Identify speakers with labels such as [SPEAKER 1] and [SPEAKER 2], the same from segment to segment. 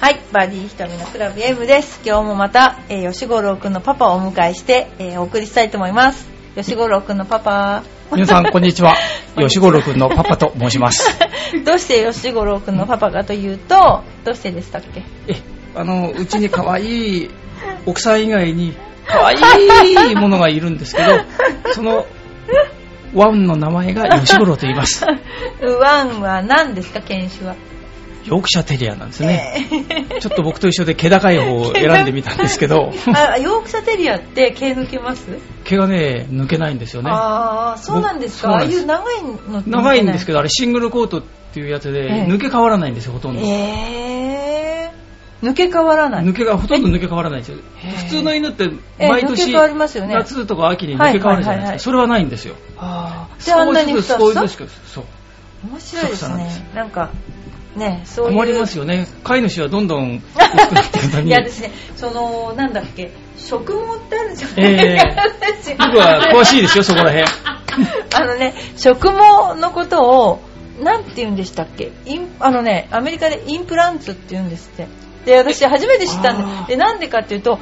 [SPEAKER 1] はい、バーディーひとみのクラブ M です。今日もまた、えー吉五郎くんのパパをお迎えして、えーお送りしたいと思います。吉五郎くんのパパ、
[SPEAKER 2] 皆さん、こんにちは。吉五郎くんのパパと申 します。
[SPEAKER 1] どうして吉五郎くんのパパかというと、どうしてでしたっけ
[SPEAKER 2] え、あの、うちに可愛い奥さん以外に、可愛いものがいるんです けど、その、ワンの名前が吉五郎と言います。
[SPEAKER 1] ワンは何ですか、犬種は。
[SPEAKER 2] ヨークシャテリアなんですね。ちょっと僕と一緒で毛高い方を選んでみたんですけど、
[SPEAKER 1] あヨークシャテリアって毛抜けます、
[SPEAKER 2] 毛がね、抜けないんですよね。
[SPEAKER 1] ああ、そうなんですか。
[SPEAKER 2] そう
[SPEAKER 1] あ
[SPEAKER 2] な
[SPEAKER 1] あい
[SPEAKER 2] んです
[SPEAKER 1] う長いのって
[SPEAKER 2] 長いんですけ
[SPEAKER 1] ど。
[SPEAKER 2] ど、あれシングルコートっていうやつで、
[SPEAKER 1] ええ
[SPEAKER 2] 抜け変わらないんですよ、ほとんど。
[SPEAKER 1] えー、抜け変わらない。
[SPEAKER 2] 抜けがほとんど抜け変わらないんですよ
[SPEAKER 1] へえ
[SPEAKER 2] 普通の犬って
[SPEAKER 1] え
[SPEAKER 2] 毎
[SPEAKER 1] 抜け
[SPEAKER 2] 年、
[SPEAKER 1] 変わりますよね
[SPEAKER 2] 夏とか秋に抜け変わるじゃないですか、
[SPEAKER 1] はいはいはいはい
[SPEAKER 2] それはないんですよ
[SPEAKER 1] あーじゃああんなに
[SPEAKER 2] 少
[SPEAKER 1] ふ
[SPEAKER 2] しず
[SPEAKER 1] さ
[SPEAKER 2] つ少
[SPEAKER 1] ふさ
[SPEAKER 2] しずつけどそう
[SPEAKER 1] 面白いです
[SPEAKER 2] そうなんです
[SPEAKER 1] ね。なんか、ね、そういう。
[SPEAKER 2] 困りますよね飼い主はどんどん薄くなってる の
[SPEAKER 1] い
[SPEAKER 2] に
[SPEAKER 1] やですね、その、なんだっけ、植毛ってあるじゃないですか。
[SPEAKER 2] 僕は詳しいですよそこら辺
[SPEAKER 1] あのね、植毛のことを、なんて言うんでしたっけインあのね、アメリカでインプランツって言うんですって。で、私初めて知ったん
[SPEAKER 2] あ
[SPEAKER 1] で、で、
[SPEAKER 2] ー
[SPEAKER 1] なんでかっていうと、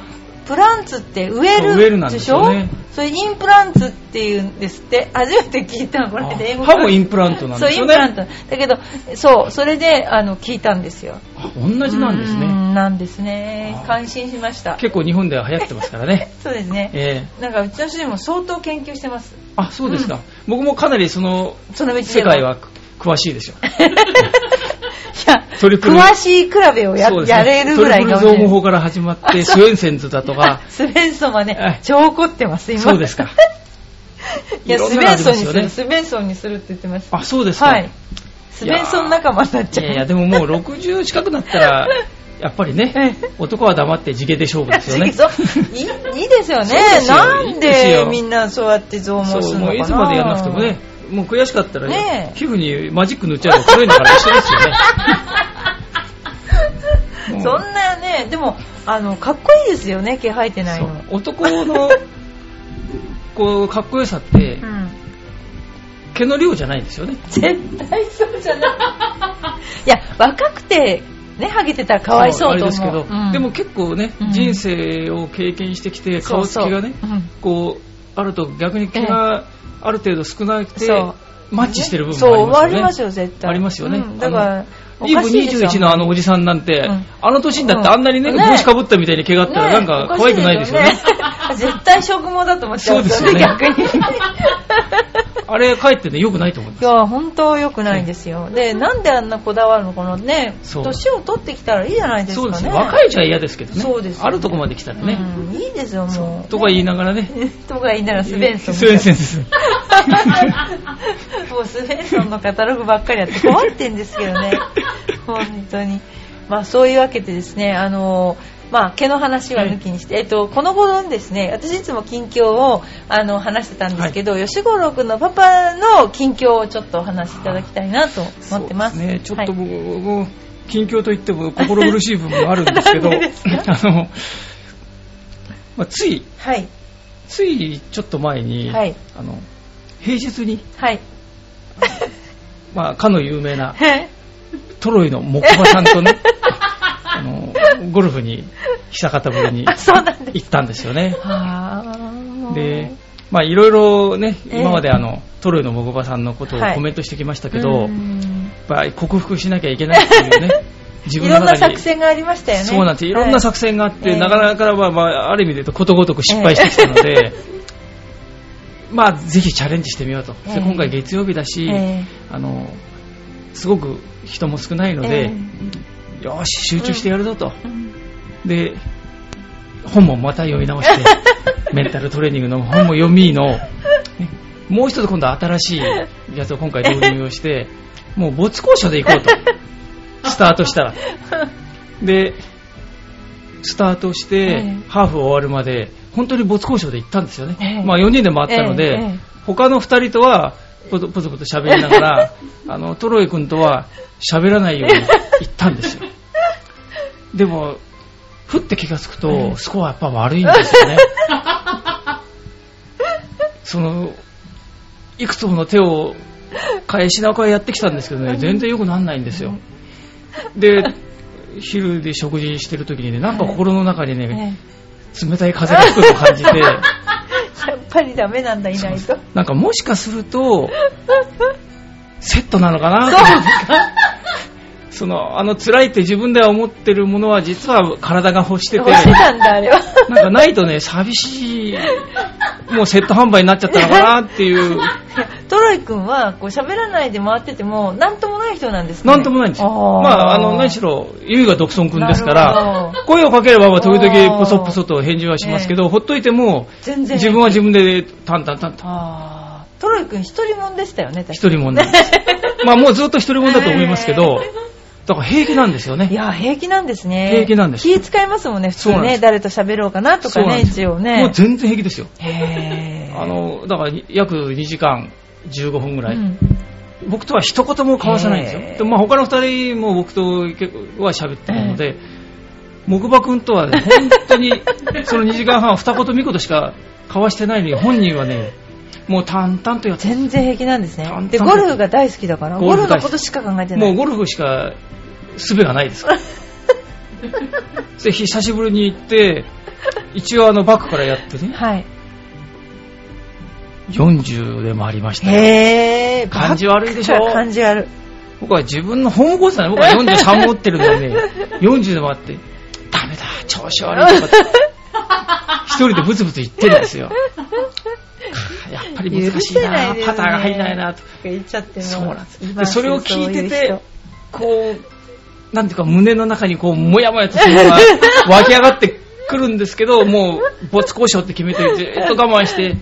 [SPEAKER 1] プランツって植え
[SPEAKER 2] そう植える
[SPEAKER 1] る
[SPEAKER 2] なん
[SPEAKER 1] で
[SPEAKER 2] で
[SPEAKER 1] し
[SPEAKER 2] す
[SPEAKER 1] ょ
[SPEAKER 2] よね
[SPEAKER 1] それインプランツって言うんですって、初めて聞いたの、これで英語
[SPEAKER 2] 歯もインプラントなん
[SPEAKER 1] そ
[SPEAKER 2] で
[SPEAKER 1] う、
[SPEAKER 2] す
[SPEAKER 1] イ
[SPEAKER 2] よ
[SPEAKER 1] ンプラン
[SPEAKER 2] ね
[SPEAKER 1] ト。だけど、そう、それで、あの、聞いたんですよ。
[SPEAKER 2] あ同じなんです
[SPEAKER 1] う
[SPEAKER 2] ね
[SPEAKER 1] んなんですね
[SPEAKER 2] あ。ー
[SPEAKER 1] 感心しました。
[SPEAKER 2] 結構日本では流行ってますから ね
[SPEAKER 1] そうですね。
[SPEAKER 2] ええ
[SPEAKER 1] なんかうちの主人も相当研究してます。
[SPEAKER 2] あそうですか、僕もかなりその
[SPEAKER 1] その道で
[SPEAKER 2] 世界。は詳しいですよ
[SPEAKER 1] いや、
[SPEAKER 2] トリプル
[SPEAKER 1] 詳しい比べをや,、
[SPEAKER 2] そうですね
[SPEAKER 1] やれるぐらい
[SPEAKER 2] トリ
[SPEAKER 1] が
[SPEAKER 2] プル造語法から始 まってスウェンセンズだとか
[SPEAKER 1] スベンソンはね
[SPEAKER 2] え、
[SPEAKER 1] 超怒ってます、今。
[SPEAKER 2] そうですか。
[SPEAKER 1] いや、
[SPEAKER 2] いろ
[SPEAKER 1] ス
[SPEAKER 2] ん
[SPEAKER 1] ベン
[SPEAKER 2] なのあり
[SPEAKER 1] ソンに
[SPEAKER 2] ま
[SPEAKER 1] す
[SPEAKER 2] すよ
[SPEAKER 1] る、
[SPEAKER 2] ね
[SPEAKER 1] スベンソンにするって言ってます。
[SPEAKER 2] あそうですか、
[SPEAKER 1] はい。スベンソン仲間になっ
[SPEAKER 2] い
[SPEAKER 1] ちゃう。
[SPEAKER 2] やいや、でももう60近くなっ たら、やっぱりね、男は黙って地毛で勝負ですよね。
[SPEAKER 1] そういいいですよね
[SPEAKER 2] そうですよ
[SPEAKER 1] なん
[SPEAKER 2] いいです
[SPEAKER 1] で
[SPEAKER 2] よ
[SPEAKER 1] みんなそうやって増毛す
[SPEAKER 2] そう、
[SPEAKER 1] るのかな
[SPEAKER 2] もういつまでやらなくてもね、もう悔しかったら、
[SPEAKER 1] ねえ
[SPEAKER 2] 皮膚にマジック塗っちゃえば黒いのから一緒ですよね。
[SPEAKER 1] そ
[SPEAKER 2] もうん
[SPEAKER 1] なねでもあのかっこいいですよね毛生えてないの
[SPEAKER 2] そう男の、こう、かっこよさって
[SPEAKER 1] う、ん
[SPEAKER 2] 毛の量じゃないんですよね。
[SPEAKER 1] 絶対そうじゃないいや若くてねハゲてたらかわいそうと思う
[SPEAKER 2] あれですけど、
[SPEAKER 1] うん
[SPEAKER 2] でも結構ね
[SPEAKER 1] うん、
[SPEAKER 2] 人生を経験してきて、顔つきがね
[SPEAKER 1] そう、そううん
[SPEAKER 2] こう、あると逆に毛がある程度少なくて
[SPEAKER 1] そう、
[SPEAKER 2] マッチしてる部分
[SPEAKER 1] そう
[SPEAKER 2] もあ
[SPEAKER 1] あ
[SPEAKER 2] り
[SPEAKER 1] り
[SPEAKER 2] ま
[SPEAKER 1] ますす
[SPEAKER 2] よ
[SPEAKER 1] よ
[SPEAKER 2] ね。
[SPEAKER 1] 絶対
[SPEAKER 2] ありますよね
[SPEAKER 1] うんだから
[SPEAKER 2] イーブ
[SPEAKER 1] いですよ
[SPEAKER 2] 21のあのおじさんなんて、
[SPEAKER 1] うん
[SPEAKER 2] あの年になって
[SPEAKER 1] うん
[SPEAKER 2] あんなにね、
[SPEAKER 1] ね
[SPEAKER 2] 帽子かぶったみたいに毛があったらなんか可愛くないですよね。
[SPEAKER 1] おかしいですよね 絶対食毛だと思っちゃうんですよね
[SPEAKER 2] そう
[SPEAKER 1] 逆に
[SPEAKER 2] あれかえってね、良くないと思いま
[SPEAKER 1] いや本当良くないんですよでなんであんなこだわるのかなね
[SPEAKER 2] そう。
[SPEAKER 1] 年を取ってきたらいいじゃないですすか
[SPEAKER 2] そう
[SPEAKER 1] ね
[SPEAKER 2] ですよ。若いじゃ嫌ですけどね。
[SPEAKER 1] そうですよね
[SPEAKER 2] あるとこまで来たらね。
[SPEAKER 1] うんいいですよもう
[SPEAKER 2] とか言いながらね。
[SPEAKER 1] とか言いながらスベンソン
[SPEAKER 2] スベンソンです。
[SPEAKER 1] もうスベンソンのカタログばっかりやって困ってんですけど ね本当にまあそういうわけでですねあのまあ、毛の話は抜きにして、えっと、この頃ですね私いつも近況をあの話してたんですけど、吉五郎君のパパの近況をちょっとお話しいただきたいなと思ってます
[SPEAKER 2] そうですね、ちょっと
[SPEAKER 1] はい
[SPEAKER 2] 僕、もう近況といっても心苦しい部分もあるんですけど、
[SPEAKER 1] な
[SPEAKER 2] あ
[SPEAKER 1] んでです
[SPEAKER 2] の、まあつい、
[SPEAKER 1] はい
[SPEAKER 2] ついちょっと前に、
[SPEAKER 1] はい
[SPEAKER 2] あの平日に、
[SPEAKER 1] はい
[SPEAKER 2] まあ、かの有名なトロイの木馬さ んとね、あのゴルフに久方ぶりに
[SPEAKER 1] あそうなんです
[SPEAKER 2] 行ったんですよね。
[SPEAKER 1] は
[SPEAKER 2] で、まあ、いろいろね、
[SPEAKER 1] ええ
[SPEAKER 2] 今まであのトロイの木馬さんのことを
[SPEAKER 1] はい
[SPEAKER 2] コメントしてきました
[SPEAKER 1] だ
[SPEAKER 2] けど、やっぱり克服しなきゃいけないっていう ね、自
[SPEAKER 1] い
[SPEAKER 2] 分の
[SPEAKER 1] ろんな
[SPEAKER 2] 中に
[SPEAKER 1] 作。戦がありましたよね
[SPEAKER 2] そうなんです。いろんな作戦があって、なかなか、まあ、まあ、ある意味で言うとことごとく失敗してきたので、 まあ、ぜひチャレンジしてみようと。
[SPEAKER 1] ええ
[SPEAKER 2] で今回月曜日だし、
[SPEAKER 1] え
[SPEAKER 2] あの、すごく人も少ないので、よーし、集中してやるぞと。で、本もまた読み直 して、メンタルトレーニングの本も読みの、ねもう一つ今度は新しいやつを今回導入をして、もう没交渉で行こうと。スタートしたら。で、スタートし
[SPEAKER 1] え
[SPEAKER 2] て
[SPEAKER 1] え、
[SPEAKER 2] ハーフ終わるまで、本当に没交渉で行ったんですよね。
[SPEAKER 1] ええ
[SPEAKER 2] まあ4人で回ったので、
[SPEAKER 1] ええええ
[SPEAKER 2] 他の2人とは、ポツポツポツ喋りながら、あの、トロイ君とは喋らないように行ったんですよ。でも、ふって気がつく
[SPEAKER 1] ええ
[SPEAKER 2] と、スコアやっぱ悪いんですよね。 その、いくつもの手を返しながらやってきたんですけどね、全然良くならないんですよ。で、昼で食事してる時にね、なんか心の中でね、冷たい風が吹くのを感 じて、
[SPEAKER 1] やっぱりダメなんだ、いないと。
[SPEAKER 2] なんかもしかすると、セットなのかなと思って その、あの、辛いって自分では思ってるものは、実は体が欲 してて、
[SPEAKER 1] 押してたんだ、あれは。
[SPEAKER 2] なんかないとね、寂しい、もうセット販売になっちゃったのかなっていう、
[SPEAKER 1] いやトロイ君は、こう、喋らないで回ってても、なんともない人なんですか、ね、
[SPEAKER 2] なんともないんですよ。まあ、あの、何し
[SPEAKER 1] ろ
[SPEAKER 2] ろ、ゆいが独尊君です
[SPEAKER 1] な
[SPEAKER 2] か
[SPEAKER 1] る
[SPEAKER 2] ら
[SPEAKER 1] ほ、
[SPEAKER 2] 声をかければ、まあ時々、ポソポソと返事はしますけど、ほっといても、
[SPEAKER 1] 全然。
[SPEAKER 2] 自分は自分で、タンタンタンタン、
[SPEAKER 1] あートロイ君一人もんでしたよね、確か
[SPEAKER 2] 一人もんなんです。まあ、もうずっと一人もんだと思いますけど、だから平気なんですよ
[SPEAKER 1] い
[SPEAKER 2] ね。
[SPEAKER 1] や、平気なんですね。
[SPEAKER 2] 平気なんです
[SPEAKER 1] 気使いますもんね、普
[SPEAKER 2] そう
[SPEAKER 1] 通
[SPEAKER 2] なんで
[SPEAKER 1] ね。
[SPEAKER 2] す
[SPEAKER 1] 誰と喋ろうかなとか
[SPEAKER 2] そうな
[SPEAKER 1] ね、
[SPEAKER 2] んです
[SPEAKER 1] 一応ね。
[SPEAKER 2] もう全然平気ですよ。
[SPEAKER 1] へー
[SPEAKER 2] あ、の、だから、約2時間15分ぐらい。
[SPEAKER 1] うん
[SPEAKER 2] 僕とは一言も交わさないんですよ
[SPEAKER 1] へー。
[SPEAKER 2] でまあ、他の二人も僕と結構は喋ってないので、木馬くんとはね、本当に その2時間半は二言三言しか交わしてないのに、本人はね、もう淡々とやって、
[SPEAKER 1] 全然平気なんですね
[SPEAKER 2] 淡々。と
[SPEAKER 1] で、ゴルフが大好きだから、ゴ
[SPEAKER 2] ゴ
[SPEAKER 1] ル
[SPEAKER 2] ル
[SPEAKER 1] フ
[SPEAKER 2] フ
[SPEAKER 1] の
[SPEAKER 2] 大好き
[SPEAKER 1] ことしか考えてな
[SPEAKER 2] もう
[SPEAKER 1] い。
[SPEAKER 2] ゴルフしか術がな いですから。で、久しぶりに行って、一応あのバックからやってね、
[SPEAKER 1] はい。
[SPEAKER 2] 40で回りましたよ。
[SPEAKER 1] へぇー。
[SPEAKER 2] 感じ悪いでしょ
[SPEAKER 1] バックから感じ悪い。
[SPEAKER 2] 僕は自分のホームコースだね。僕は43持ってるん でね、40でもあって、ダメだ、調子悪いとかって、一人でブツブツ言ってるんで すよ。やっぱり難しい
[SPEAKER 1] 許せ
[SPEAKER 2] な、
[SPEAKER 1] いですね
[SPEAKER 2] パターが入らないなと。
[SPEAKER 1] とか言っちゃっても
[SPEAKER 2] そうなんです
[SPEAKER 1] い
[SPEAKER 2] で
[SPEAKER 1] ます
[SPEAKER 2] それを聞いてて
[SPEAKER 1] そうう人
[SPEAKER 2] こう、なんていうか胸の中にこう、もやもやとするのが湧き上がってくるんですけど、もう、没交渉って決めて、ずっと我慢して、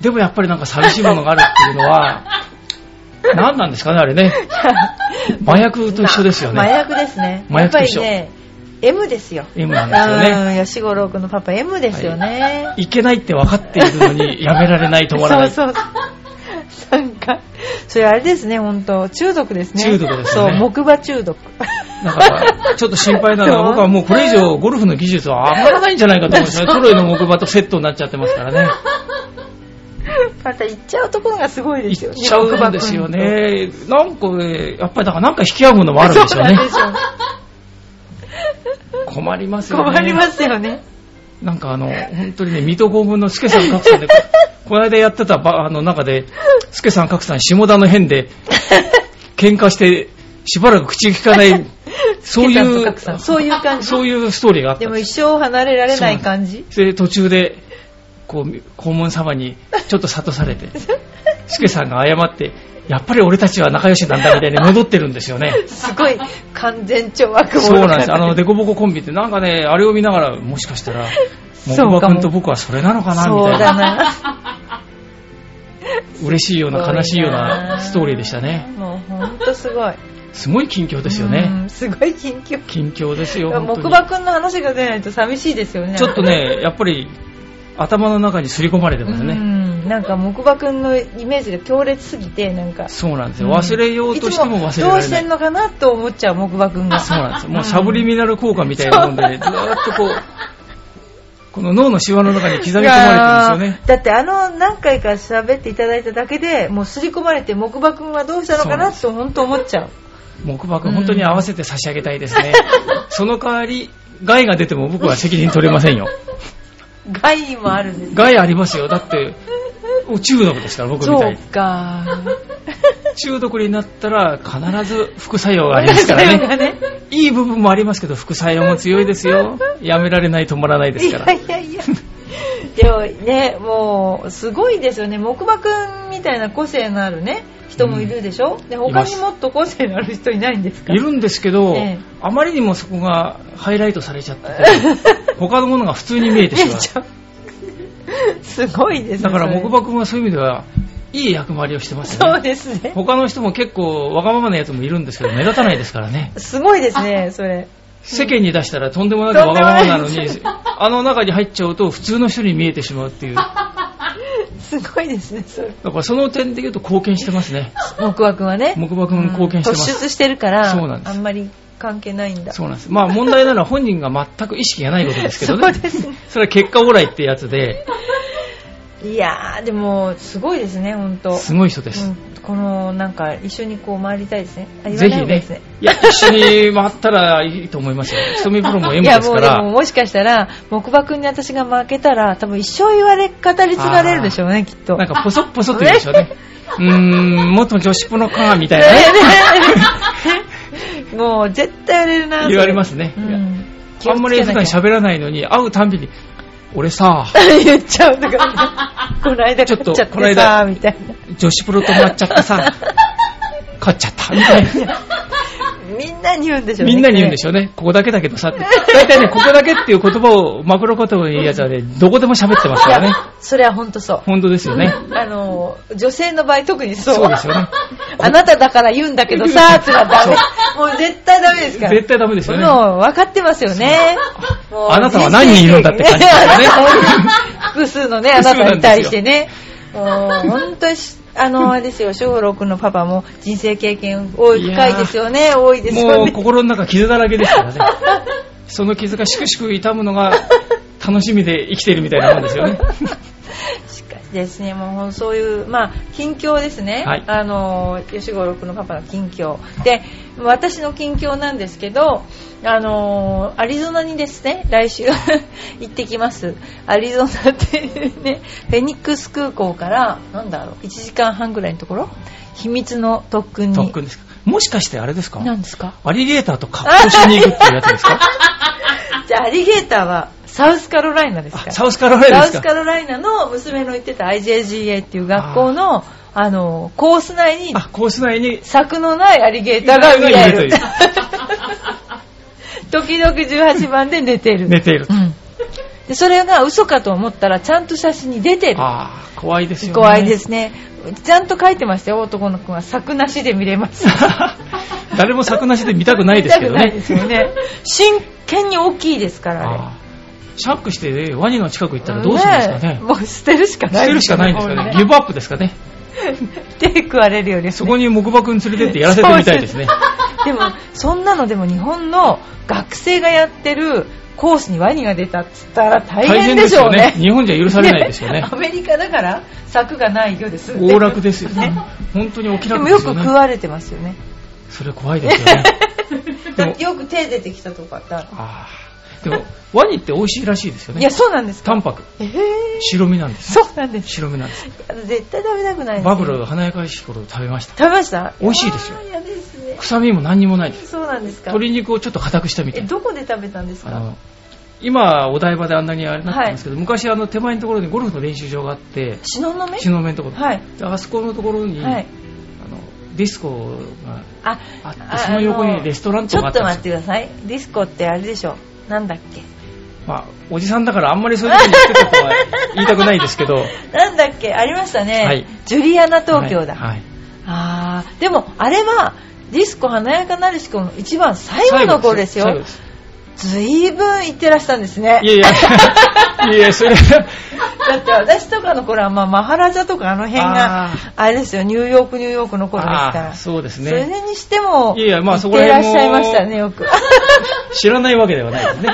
[SPEAKER 2] でもやっぱりなんか寂しいものがあるっていうのは、何なんですかね、あれね。麻薬と一緒ですよね。
[SPEAKER 1] 麻薬ですね。
[SPEAKER 2] 麻
[SPEAKER 1] やっ
[SPEAKER 2] 薬
[SPEAKER 1] ぱ
[SPEAKER 2] と
[SPEAKER 1] り
[SPEAKER 2] 一緒
[SPEAKER 1] ね、M ですよ。
[SPEAKER 2] M なんですよね
[SPEAKER 1] うん、吉五郎君のパパ M ですよね。
[SPEAKER 2] いけないって分かっているのに、 やめられない、止まらない。
[SPEAKER 1] そうそうそう。なんか、それあれですね、本当中毒ですね。
[SPEAKER 2] 中毒ですよね
[SPEAKER 1] そう、木馬中毒。
[SPEAKER 2] だから、ちょっと心配な
[SPEAKER 1] そ
[SPEAKER 2] の
[SPEAKER 1] う
[SPEAKER 2] は、僕はもうこれ以上ゴルフの技術は上がらないんじゃないかと思うんですよね。トロイの木馬とセットになっちゃってますか らね。
[SPEAKER 1] また行っちゃうところがすごいで
[SPEAKER 2] いっ
[SPEAKER 1] すよね。
[SPEAKER 2] ちゃうんですよね。なんかね、やっぱりだからなんか引き合うものもあるんでしょうね。
[SPEAKER 1] そうなん
[SPEAKER 2] 困りま
[SPEAKER 1] ですすよ
[SPEAKER 2] よね。
[SPEAKER 1] 困りますよね。
[SPEAKER 2] なんかあの、本当にね、水戸黄門の助さん 格さんで、ここの間やってたばあの中で、助さん格さん下田の 辺で、喧嘩して、しばらく口聞 かない、そうい
[SPEAKER 1] 助さんと
[SPEAKER 2] う
[SPEAKER 1] 格さん、そういう感じ
[SPEAKER 2] そういうストーリーがあった
[SPEAKER 1] で
[SPEAKER 2] ん
[SPEAKER 1] も
[SPEAKER 2] です
[SPEAKER 1] 一生離れられない感じ。
[SPEAKER 2] で途中でこう黄門様にちょっと諭され て助さんが謝ってやっぱり俺たちは仲良しなんだみたいに戻ってるんですよね
[SPEAKER 1] すごい完全懲悪者
[SPEAKER 2] そうなんですあのデコボココンビってなんかねあれを見ながらもしかしたら
[SPEAKER 1] そう
[SPEAKER 2] 木
[SPEAKER 1] かも
[SPEAKER 2] 馬君と僕はそれなのかなみ
[SPEAKER 1] そう
[SPEAKER 2] たい
[SPEAKER 1] だ
[SPEAKER 2] な
[SPEAKER 1] な。
[SPEAKER 2] 嬉しいような悲しいようなストーリーでしたね
[SPEAKER 1] もうほんとすごい。
[SPEAKER 2] すごい近況ですよね
[SPEAKER 1] うん。すごい緊急。
[SPEAKER 2] 近況ですよ本当
[SPEAKER 1] 木
[SPEAKER 2] に
[SPEAKER 1] 馬くんの話が出ないと寂しいですよね。
[SPEAKER 2] ちょっとねやっぱり頭の中にすり込まれてます
[SPEAKER 1] う
[SPEAKER 2] ね
[SPEAKER 1] んなんか木馬くんのイメージが強烈すぎてなんか
[SPEAKER 2] そうなんですよ忘れようとしても忘れ
[SPEAKER 1] いつ
[SPEAKER 2] ら
[SPEAKER 1] どう
[SPEAKER 2] れ
[SPEAKER 1] して
[SPEAKER 2] ない
[SPEAKER 1] んのかなと思っちゃう木馬くんが
[SPEAKER 2] そうなんですよ。もうサブリミナル効果みたいなも んでね、ずーっとこう、この脳のシワの中に刻み込まれてる んですよね
[SPEAKER 1] いや。ーだってあの何回か喋っていただいただけでもう刷り込まれて木馬くんはどうしたのかなと本当思っちゃう
[SPEAKER 2] 木馬くん本当に合わせて差し上げたいですね。その代わり、害が出ても僕は責任取れませんよ。
[SPEAKER 1] 害もあるんです
[SPEAKER 2] 害ありますよ。だって、もう中毒ですから、僕みた
[SPEAKER 1] そ
[SPEAKER 2] いうに。
[SPEAKER 1] か
[SPEAKER 2] 中毒になったら必ず副作用がありますから
[SPEAKER 1] 副作用がね
[SPEAKER 2] ね。いい部分もありますけど、副作用も強いですよ。やめられない、止まらないです
[SPEAKER 1] い
[SPEAKER 2] から
[SPEAKER 1] や。いやいやでもねもうすごいですよね木馬くんみたいな個性のあるね人もいるでしょ、で
[SPEAKER 2] い
[SPEAKER 1] 他
[SPEAKER 2] ま
[SPEAKER 1] に
[SPEAKER 2] す
[SPEAKER 1] もっと個性のある人いないんですか
[SPEAKER 2] いるんですけど、
[SPEAKER 1] ええ
[SPEAKER 2] あまりにもそこがハイライトされちゃっ てて、他のものが普通に見えてしまう。
[SPEAKER 1] すごいですね。
[SPEAKER 2] だから
[SPEAKER 1] それ
[SPEAKER 2] 木馬君はそういう意味では、いい役回りをしてます
[SPEAKER 1] そう
[SPEAKER 2] ね。
[SPEAKER 1] ですね。
[SPEAKER 2] 他の人も結構わがままなやつもいるんですけど、目立たないですからね。
[SPEAKER 1] すごいですね、それ。
[SPEAKER 2] 世間に出したらとんでもなくわがままなの
[SPEAKER 1] とんでも
[SPEAKER 2] に
[SPEAKER 1] ない、
[SPEAKER 2] あの中に入っちゃうと普通の人に見えてしまうっていう。だ
[SPEAKER 1] すごいですね、それ。
[SPEAKER 2] からその点で言うと貢献してますね。
[SPEAKER 1] 木馬くんはね。
[SPEAKER 2] 木馬君貢献してま
[SPEAKER 1] 突
[SPEAKER 2] す。
[SPEAKER 1] 出してるから、
[SPEAKER 2] そうなんです
[SPEAKER 1] あんまり関係ないんだ。
[SPEAKER 2] そうなんです。まあ問題なら本人が全く意識がないことですけどね。
[SPEAKER 1] そうですね。
[SPEAKER 2] それは結果オーライってやつで、
[SPEAKER 1] いやーでもすごいですね本当
[SPEAKER 2] すごい人です。
[SPEAKER 1] うんこのなんか一緒にこう回りたいですねあ言わな
[SPEAKER 2] ぜ
[SPEAKER 1] い
[SPEAKER 2] ひ
[SPEAKER 1] 方がいいですね
[SPEAKER 2] ね、いや、一緒に回ったらいいと思い ますよ。瞳風呂も M
[SPEAKER 1] い
[SPEAKER 2] で
[SPEAKER 1] や
[SPEAKER 2] す
[SPEAKER 1] も
[SPEAKER 2] か
[SPEAKER 1] うでも
[SPEAKER 2] ら。
[SPEAKER 1] もしかしたら木馬くんに私が負けたら多分一生言われ語り継がれるでしょうねきっと
[SPEAKER 2] なんかポソッポソって言うんでしょうね。うーん、元女子プロか、みたいなね。
[SPEAKER 1] ねえねえ もう絶対言われるなそれ
[SPEAKER 2] 言われますね
[SPEAKER 1] うん、
[SPEAKER 2] あんまり普段喋らないのに、会うたんびに、俺さ、
[SPEAKER 1] 言っちゃうとか、この間買っちゃって
[SPEAKER 2] ちょっとこの
[SPEAKER 1] さ
[SPEAKER 2] 間
[SPEAKER 1] みたいな
[SPEAKER 2] 女子プロと回っちゃっ たさ、勝っちゃった、みたいな。
[SPEAKER 1] みんなに言うんでしょうね
[SPEAKER 2] みんなに言うんでし
[SPEAKER 1] ょ
[SPEAKER 2] ょうね。ここだけだけどさって。大体ね、ここだけっていう言葉をマクロ言葉に言うやつはね、どこでも喋ってますからね。
[SPEAKER 1] それは本当そう
[SPEAKER 2] 本当ですよね。
[SPEAKER 1] あの女性の場合特にそう
[SPEAKER 2] そうですよね。
[SPEAKER 1] あなただから言うんだけどさーってのはダメもう絶対ダメですから
[SPEAKER 2] 絶対ダメですよね。
[SPEAKER 1] もう分かってますよね。もう
[SPEAKER 2] あなたは何人いるんだって感じですよね
[SPEAKER 1] 複数のね、あなたに対してね。もう本当にし、あの、あれですよ、小6のパパも人生経験多い、
[SPEAKER 2] いやー
[SPEAKER 1] 深いですよね、多いですよ
[SPEAKER 2] もう
[SPEAKER 1] ね。
[SPEAKER 2] 心の中傷だらけですか らね。その傷がしくしく痛むのが楽しみで生きているみたいなもんですよね。
[SPEAKER 1] しかしですね、もうそういう、まあ、近況ですね。
[SPEAKER 2] はい
[SPEAKER 1] あの、吉五六のパパの近況。で、私の近況なんですけど、あの、アリゾナにですね、来週 行ってきます。アリゾナっていうね、フェニックス空港から、なんだろう、1時間半ぐらいのところ、秘密の特訓に。
[SPEAKER 2] 特訓ですか。もしかしてあれですか
[SPEAKER 1] なんですか
[SPEAKER 2] アリゲーターと格好しに行くっていうやつで すか
[SPEAKER 1] じゃあ、アリゲーターはサウスカロライナです
[SPEAKER 2] あ
[SPEAKER 1] か
[SPEAKER 2] サウスカロライナで
[SPEAKER 1] サウ
[SPEAKER 2] す
[SPEAKER 1] ス
[SPEAKER 2] か
[SPEAKER 1] カロライナの娘の行ってた IJGA っていう学校の、あの、コース内に
[SPEAKER 2] あ、コース内に
[SPEAKER 1] 柵のないアリゲーターが見られ
[SPEAKER 2] い
[SPEAKER 1] る
[SPEAKER 2] るとい。
[SPEAKER 1] 時々18番で寝てる。
[SPEAKER 2] 寝ている
[SPEAKER 1] う。ん。で、それが嘘かと思ったら、ちゃんと写真に出てる。
[SPEAKER 2] あー怖いですよね。
[SPEAKER 1] 怖いで。すね。ちゃんと書いてましたよ、男の子は。柵なしで見れます。
[SPEAKER 2] 誰も柵なしで 見たくないですけど
[SPEAKER 1] 見たくない
[SPEAKER 2] ね
[SPEAKER 1] で。すよね。真剣に大きいですから、あれ。
[SPEAKER 2] あーシャックしてねワニの近く行ったらどうするんですかね。
[SPEAKER 1] もう捨てるしか
[SPEAKER 2] 捨
[SPEAKER 1] ない
[SPEAKER 2] てるしかないんですかね。ギブアップですかね。
[SPEAKER 1] 手食われるより
[SPEAKER 2] そこに木馬くん連れてってやらせてみたいですね。
[SPEAKER 1] でもそんなのでも日本の学生がやってるコースにワニが出たっつったら大変でしょうね
[SPEAKER 2] 日本じゃ許されないで すよね
[SPEAKER 1] ア。メリカだから柵がないようです
[SPEAKER 2] 大楽ですよね。本当にお気
[SPEAKER 1] で
[SPEAKER 2] 楽
[SPEAKER 1] も
[SPEAKER 2] で
[SPEAKER 1] よ
[SPEAKER 2] す
[SPEAKER 1] く
[SPEAKER 2] よね。
[SPEAKER 1] 食われてますよね
[SPEAKER 2] それ怖いで すよね。で
[SPEAKER 1] だ
[SPEAKER 2] も
[SPEAKER 1] って、よく手出てきたとかってある
[SPEAKER 2] あーでもワニって美味しいらしいですよ
[SPEAKER 1] いや
[SPEAKER 2] ね。
[SPEAKER 1] そうなんです
[SPEAKER 2] 淡
[SPEAKER 1] か
[SPEAKER 2] 白。
[SPEAKER 1] えー、
[SPEAKER 2] 白身なんです。
[SPEAKER 1] そうなんです
[SPEAKER 2] 白身なんです。
[SPEAKER 1] 絶対食べたくないです
[SPEAKER 2] バブル華やかしい頃食べました。
[SPEAKER 1] 食べました
[SPEAKER 2] 美味しいですよ
[SPEAKER 1] あー嫌ですね
[SPEAKER 2] 臭みも何にもないです。
[SPEAKER 1] そうなんですか
[SPEAKER 2] 鶏肉をちょっと硬くしたみた
[SPEAKER 1] え
[SPEAKER 2] いな。
[SPEAKER 1] どこで食べたんです
[SPEAKER 2] あ
[SPEAKER 1] か
[SPEAKER 2] の今、お台場であんなにあれになってますけど、昔、あの、手前のところにゴルフの練習場があって、
[SPEAKER 1] 篠の目
[SPEAKER 2] 東雲のところ、
[SPEAKER 1] はい
[SPEAKER 2] であそこのところに、
[SPEAKER 1] はい
[SPEAKER 2] あのディスコが
[SPEAKER 1] あ
[SPEAKER 2] あってその横にレストラン
[SPEAKER 1] ち
[SPEAKER 2] と
[SPEAKER 1] ょ
[SPEAKER 2] かあ
[SPEAKER 1] っ
[SPEAKER 2] った
[SPEAKER 1] と
[SPEAKER 2] んです
[SPEAKER 1] 待
[SPEAKER 2] よ
[SPEAKER 1] ってくださいディスコってあれでしょなんだっ
[SPEAKER 2] まあ、おじさんだからあんまりそういうこと言ってた とは言いたくないですけど、
[SPEAKER 1] けなんだっけありましたね、
[SPEAKER 2] はい
[SPEAKER 1] ジュリアナ東京だ、
[SPEAKER 2] はいはい
[SPEAKER 1] あーでもあれはディスコ華やかなるしこの一番最後の頃です
[SPEAKER 2] 最後
[SPEAKER 1] よ
[SPEAKER 2] す
[SPEAKER 1] ずいぶん行ってらしたんですね
[SPEAKER 2] いやい や、いやいや、それは、
[SPEAKER 1] だって私とかの頃は、まあ、マハラジャとかあの辺が
[SPEAKER 2] あー
[SPEAKER 1] あれですよニューヨークニューヨークの頃ですか
[SPEAKER 2] あー
[SPEAKER 1] ら
[SPEAKER 2] そうです
[SPEAKER 1] それ
[SPEAKER 2] ね。
[SPEAKER 1] にしても
[SPEAKER 2] いやいやまあ
[SPEAKER 1] 行
[SPEAKER 2] そ
[SPEAKER 1] っ
[SPEAKER 2] こ
[SPEAKER 1] て
[SPEAKER 2] ら
[SPEAKER 1] らっ
[SPEAKER 2] 辺
[SPEAKER 1] し
[SPEAKER 2] も
[SPEAKER 1] ゃいましたねよく
[SPEAKER 2] 知らないわけではな いですね。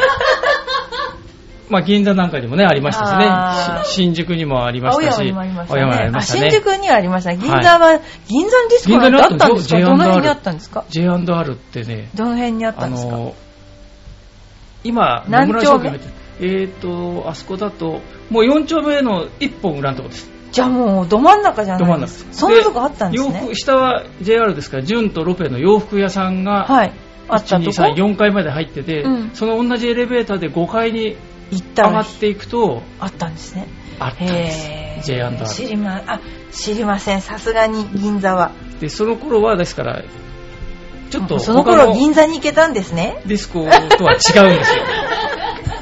[SPEAKER 2] まあ、銀座なんかにもね、ありましたし
[SPEAKER 1] あー
[SPEAKER 2] ね。し新宿にもありま
[SPEAKER 1] 青
[SPEAKER 2] した
[SPEAKER 1] 山
[SPEAKER 2] し。
[SPEAKER 1] にもありましたね。
[SPEAKER 2] 青山にありましたね
[SPEAKER 1] あ新宿にはありました。銀座は、銀座にディスコなんてあったんですか
[SPEAKER 2] 銀座
[SPEAKER 1] ど
[SPEAKER 2] に
[SPEAKER 1] の
[SPEAKER 2] あったんで
[SPEAKER 1] 辺
[SPEAKER 2] すよ
[SPEAKER 1] にあったんですか
[SPEAKER 2] J&R ってね、
[SPEAKER 1] どの辺にあった
[SPEAKER 2] あ
[SPEAKER 1] んですか
[SPEAKER 2] の今、野
[SPEAKER 1] 何
[SPEAKER 2] 村
[SPEAKER 1] 丁
[SPEAKER 2] 商
[SPEAKER 1] 目
[SPEAKER 2] 店入ってるえっ、と、あそこだと、もう4丁目の1本裏のとこです。
[SPEAKER 1] じゃあもうど真ん中じゃ
[SPEAKER 2] ど
[SPEAKER 1] ない
[SPEAKER 2] 真ん
[SPEAKER 1] で
[SPEAKER 2] 中です
[SPEAKER 1] か。
[SPEAKER 2] す。
[SPEAKER 1] そんなとこあったんです
[SPEAKER 2] 洋
[SPEAKER 1] ね
[SPEAKER 2] 服。下は JR ですから、純とロペの洋服屋さんが、
[SPEAKER 1] はい。あった
[SPEAKER 2] 1、2、
[SPEAKER 1] とこ
[SPEAKER 2] 3、4階まで入ってて、
[SPEAKER 1] うん
[SPEAKER 2] その同じエレベーターで5階に
[SPEAKER 1] 行った
[SPEAKER 2] 上が
[SPEAKER 1] ら
[SPEAKER 2] っていくと、
[SPEAKER 1] あったんですね。
[SPEAKER 2] あったんです。
[SPEAKER 1] へ
[SPEAKER 2] J&R
[SPEAKER 1] ー。知りま、あ、知りません。さすがに銀座は。
[SPEAKER 2] で、その頃は、ですから、ちょっと
[SPEAKER 1] その
[SPEAKER 2] 他
[SPEAKER 1] 頃
[SPEAKER 2] の
[SPEAKER 1] 銀座に行けたんですね。
[SPEAKER 2] ディスコとは違うんで すよ。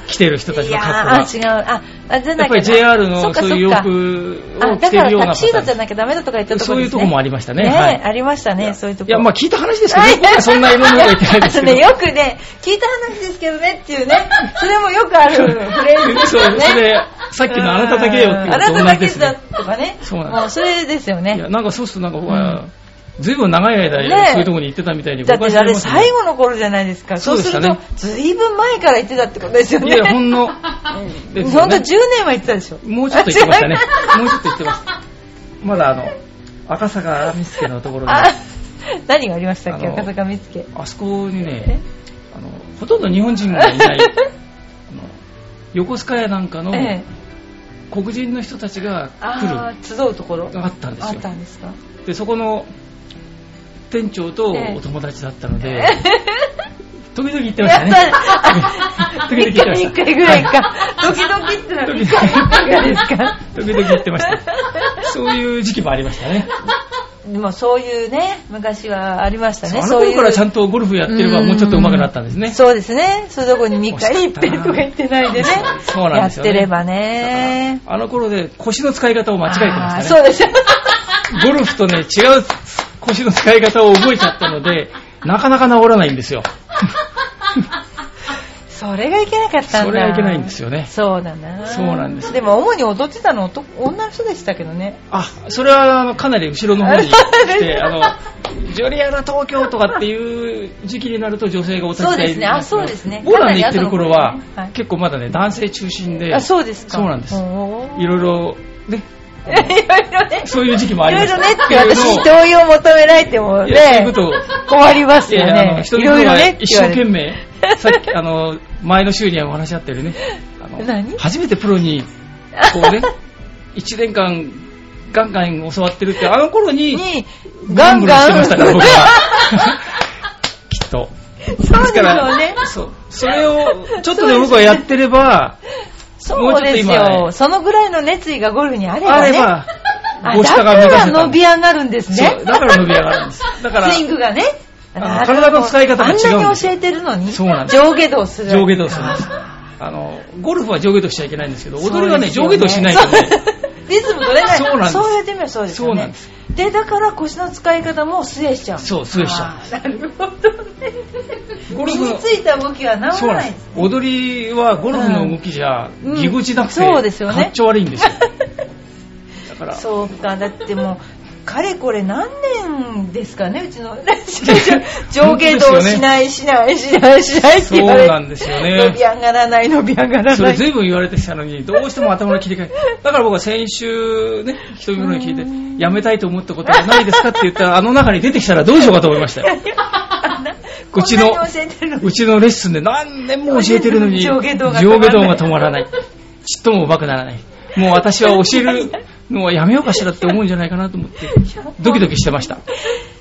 [SPEAKER 2] 来てる人たち
[SPEAKER 1] い
[SPEAKER 2] の
[SPEAKER 1] やー
[SPEAKER 2] 格好
[SPEAKER 1] あ
[SPEAKER 2] が。
[SPEAKER 1] 違う。あ、あじゃ
[SPEAKER 2] や
[SPEAKER 1] な
[SPEAKER 2] っ
[SPEAKER 1] きゃ
[SPEAKER 2] ぱり JR
[SPEAKER 1] そっ
[SPEAKER 2] の
[SPEAKER 1] か
[SPEAKER 2] そういう
[SPEAKER 1] そっか
[SPEAKER 2] 洋服
[SPEAKER 1] あ、だ
[SPEAKER 2] を着
[SPEAKER 1] か
[SPEAKER 2] てるよ
[SPEAKER 1] ら
[SPEAKER 2] う
[SPEAKER 1] タ
[SPEAKER 2] な
[SPEAKER 1] クシードじゃ
[SPEAKER 2] 方
[SPEAKER 1] なきゃダメだとか言ったとこ
[SPEAKER 2] そういうとこもありましたね。
[SPEAKER 1] ね
[SPEAKER 2] はい
[SPEAKER 1] ありましたね、そういうとこ。
[SPEAKER 2] いや、まあ聞いた話ですよね。僕はそんな色のものはいけないですけど。
[SPEAKER 1] あのね、よくね、聞いた話ですけどねっていうね、それもよくあるフレーズです
[SPEAKER 2] そう
[SPEAKER 1] よね。
[SPEAKER 2] それ、さっきのあなただけよって
[SPEAKER 1] あ
[SPEAKER 2] いう
[SPEAKER 1] な
[SPEAKER 2] と
[SPEAKER 1] た
[SPEAKER 2] 同
[SPEAKER 1] だ
[SPEAKER 2] じで
[SPEAKER 1] け
[SPEAKER 2] す
[SPEAKER 1] だ
[SPEAKER 2] ね。
[SPEAKER 1] とかね。
[SPEAKER 2] そうなんです
[SPEAKER 1] もうそれですよ
[SPEAKER 2] い
[SPEAKER 1] ね
[SPEAKER 2] や、。なんかそうするとなんかほら、
[SPEAKER 1] う
[SPEAKER 2] ずいぶん長い間、
[SPEAKER 1] ね
[SPEAKER 2] そういうとこに行ってたみたいに
[SPEAKER 1] だってあれ
[SPEAKER 2] ますね
[SPEAKER 1] 最後の頃じゃないですか。そうする
[SPEAKER 2] そう
[SPEAKER 1] と
[SPEAKER 2] で、
[SPEAKER 1] ずいぶん前から言ってたってことですよ
[SPEAKER 2] い
[SPEAKER 1] ね。
[SPEAKER 2] や、ほんの、で
[SPEAKER 1] ほんと10年は言ってたでしょ。
[SPEAKER 2] もうちょっと言ってましたね。もうちょっと言ってました。まだあの、赤坂見附のところで、
[SPEAKER 1] あ、何がありましたっけ
[SPEAKER 2] あの
[SPEAKER 1] 赤坂見附。
[SPEAKER 2] あそこに
[SPEAKER 1] え
[SPEAKER 2] ね、あの、ほとんど日本人が いない、あの横須賀やなんかの
[SPEAKER 1] ええ。
[SPEAKER 2] 黒人の人たちが
[SPEAKER 1] あ
[SPEAKER 2] 来
[SPEAKER 1] あ、集うところ
[SPEAKER 2] る、があったんで
[SPEAKER 1] あ
[SPEAKER 2] す
[SPEAKER 1] った
[SPEAKER 2] よ。
[SPEAKER 1] んですか。
[SPEAKER 2] で、そこの店長と
[SPEAKER 1] ええ
[SPEAKER 2] お友達だったので、 時々行ってましたね。時々行
[SPEAKER 1] 一
[SPEAKER 2] ってま
[SPEAKER 1] 回に一
[SPEAKER 2] した。
[SPEAKER 1] 回ぐらいか。時々ってのは一回に一回ぐらいですか。
[SPEAKER 2] 時々行ってました。そういう時期もありましたね。
[SPEAKER 1] でもそういうね、昔はありました
[SPEAKER 2] そう
[SPEAKER 1] ね。
[SPEAKER 2] あの
[SPEAKER 1] そうい
[SPEAKER 2] 頃
[SPEAKER 1] う。
[SPEAKER 2] からちゃんとゴルフやってればもうちょっと上手くなったんですね。
[SPEAKER 1] そうですね。そういうとこに3日に一遍とか行ってないでね。
[SPEAKER 2] そうなんですよね
[SPEAKER 1] やってればね。
[SPEAKER 2] あの頃で腰の使い方を間違えてまし
[SPEAKER 1] あーそ
[SPEAKER 2] た
[SPEAKER 1] うですよ。
[SPEAKER 2] ね。ゴルフとね、違う腰の使い方を覚えちゃったので、なかなか治らないんですよ。
[SPEAKER 1] それがいけなかったんだ。
[SPEAKER 2] それはいけないんですよね。
[SPEAKER 1] そうだな。
[SPEAKER 2] そうなんです
[SPEAKER 1] でも主に踊ってたの男女の人でしたけどね。
[SPEAKER 2] あ、それはあのかなり後ろの方に来 て、
[SPEAKER 1] あ
[SPEAKER 2] あの、ジュリアナ東京とかっていう時期になると女性がお立ち
[SPEAKER 1] そ
[SPEAKER 2] 台
[SPEAKER 1] うですね
[SPEAKER 2] になりますけ
[SPEAKER 1] あ
[SPEAKER 2] ど
[SPEAKER 1] そうですね
[SPEAKER 2] ボーランで行ってる頃は
[SPEAKER 1] かなり後の方ねはい、
[SPEAKER 2] 結構まだね、男性中心で、
[SPEAKER 1] あ、そうですか。
[SPEAKER 2] そうなんです
[SPEAKER 1] おー
[SPEAKER 2] いろいろ、ね、
[SPEAKER 1] い ろいろね。
[SPEAKER 2] そういう時期もあ
[SPEAKER 1] い
[SPEAKER 2] り
[SPEAKER 1] ろ
[SPEAKER 2] ま
[SPEAKER 1] い
[SPEAKER 2] した。
[SPEAKER 1] ろねって私、同意を求められても
[SPEAKER 2] いやそうい
[SPEAKER 1] ね
[SPEAKER 2] うことを、
[SPEAKER 1] 困ります
[SPEAKER 2] い
[SPEAKER 1] よ
[SPEAKER 2] やいやあの
[SPEAKER 1] ね。
[SPEAKER 2] 一
[SPEAKER 1] い
[SPEAKER 2] 人
[SPEAKER 1] ろいろねっ
[SPEAKER 2] は
[SPEAKER 1] て
[SPEAKER 2] 一
[SPEAKER 1] 言わ
[SPEAKER 2] 生
[SPEAKER 1] れ
[SPEAKER 2] 懸
[SPEAKER 1] て。
[SPEAKER 2] 命、さっき、あの、前の週にはお話しあったよね。あの
[SPEAKER 1] 何
[SPEAKER 2] 初めてプロに、こうね、1年間、ガンガン教わってるって、あの頃に、
[SPEAKER 1] に、ガ
[SPEAKER 2] ガン
[SPEAKER 1] ン
[SPEAKER 2] ブルし
[SPEAKER 1] ガ
[SPEAKER 2] てま
[SPEAKER 1] ン。
[SPEAKER 2] したから、僕は。きっと。
[SPEAKER 1] そうで
[SPEAKER 2] ですから
[SPEAKER 1] よね。
[SPEAKER 2] そう。それを、ちょっとで僕はやってれば、
[SPEAKER 1] そうです
[SPEAKER 2] もうちょっと今
[SPEAKER 1] よ。
[SPEAKER 2] ね
[SPEAKER 1] そのぐらいの熱意がゴルフにあれば
[SPEAKER 2] あ
[SPEAKER 1] ね。
[SPEAKER 2] れば、
[SPEAKER 1] あ
[SPEAKER 2] ご
[SPEAKER 1] だ
[SPEAKER 2] 下
[SPEAKER 1] か
[SPEAKER 2] が目指
[SPEAKER 1] ら
[SPEAKER 2] せた
[SPEAKER 1] 伸
[SPEAKER 2] ん
[SPEAKER 1] び
[SPEAKER 2] で
[SPEAKER 1] 上がるんです
[SPEAKER 2] す。そ
[SPEAKER 1] ね
[SPEAKER 2] う。だから伸び上がる んです。だから、
[SPEAKER 1] スイングがね。
[SPEAKER 2] あ
[SPEAKER 1] なるほど
[SPEAKER 2] 体の使い方が違うんですよ
[SPEAKER 1] あんなに教えてるのに、
[SPEAKER 2] そうなんです
[SPEAKER 1] 上下動する。
[SPEAKER 2] 上下動するんです。あの、ゴルフは上下動しちゃいけないんですけど、踊りはね、
[SPEAKER 1] そう
[SPEAKER 2] 上
[SPEAKER 1] で
[SPEAKER 2] 下
[SPEAKER 1] すよ
[SPEAKER 2] 動しないとね、
[SPEAKER 1] リズム取れない。
[SPEAKER 2] そうなんです
[SPEAKER 1] そうやってみればそうですよね。
[SPEAKER 2] そうなんです
[SPEAKER 1] で、だから腰の使い方も据えしちゃう。
[SPEAKER 2] そう、スウェッシャ
[SPEAKER 1] あーなるほどね。
[SPEAKER 2] ー。ゴ
[SPEAKER 1] 身
[SPEAKER 2] ルフ
[SPEAKER 1] に
[SPEAKER 2] の
[SPEAKER 1] つ、いた動きは治
[SPEAKER 2] そう
[SPEAKER 1] ら
[SPEAKER 2] な
[SPEAKER 1] なんいん
[SPEAKER 2] で。
[SPEAKER 1] です
[SPEAKER 2] 踊りはゴルフの動きじゃ、
[SPEAKER 1] うん
[SPEAKER 2] ぎこちなくて、
[SPEAKER 1] そうですよね
[SPEAKER 2] かっちょ悪い んですよ。だから、
[SPEAKER 1] す。そうか、だってもう、かれこれ何年ですかね、うちの。 上下動しない、しない、しない、しないって言われて。
[SPEAKER 2] そうなんですよね
[SPEAKER 1] 伸び上がらない、伸び上がら
[SPEAKER 2] そ
[SPEAKER 1] な
[SPEAKER 2] れ
[SPEAKER 1] い。
[SPEAKER 2] 随分言われてきたのに、どうしても頭の切り替え。だから僕は先週ね、人見に聞いて、やめたいと思ったことはないですかって言ったら、あの中に出てきたらどうしようかと思いましたよ。うちの
[SPEAKER 1] こんなに教えて るのに
[SPEAKER 2] うちのレッスンで何年も教えてるのに、
[SPEAKER 1] 上下動が止まらない
[SPEAKER 2] 上下動が止まらない。ちっとも上手くならない。もう私は教えるのはやめようかしらって思うんじゃないかなと 思って、ドキドキしてました。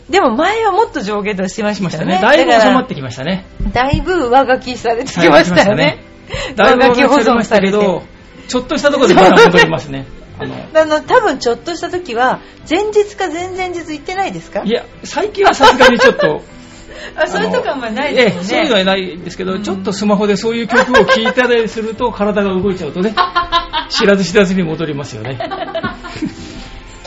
[SPEAKER 1] でも前はもっと上下動しま
[SPEAKER 2] し
[SPEAKER 1] し
[SPEAKER 2] ましたた
[SPEAKER 1] よ
[SPEAKER 2] ね。
[SPEAKER 1] ね。
[SPEAKER 2] だいぶ収まっててきましたね。
[SPEAKER 1] だいぶ上書きされてきましたよね。
[SPEAKER 2] だいぶ
[SPEAKER 1] 上書き
[SPEAKER 2] 収
[SPEAKER 1] 保
[SPEAKER 2] まって
[SPEAKER 1] 存
[SPEAKER 2] まし
[SPEAKER 1] さ
[SPEAKER 2] たけ
[SPEAKER 1] れて
[SPEAKER 2] ど。、ちょっとしたところでまた戻ります ね。あの
[SPEAKER 1] あの、多分ちょっとした時は、前日か前々日行ってないですか
[SPEAKER 2] いや、最近はさすがにちょっと。
[SPEAKER 1] あ、そういうとこはあんまりないですよ
[SPEAKER 2] え
[SPEAKER 1] ね。
[SPEAKER 2] えそういうのはないんですけど、ちょっとスマホでそういう曲を聴いたりすると、体が動いちゃう とね、知らず知らずに戻りますよね。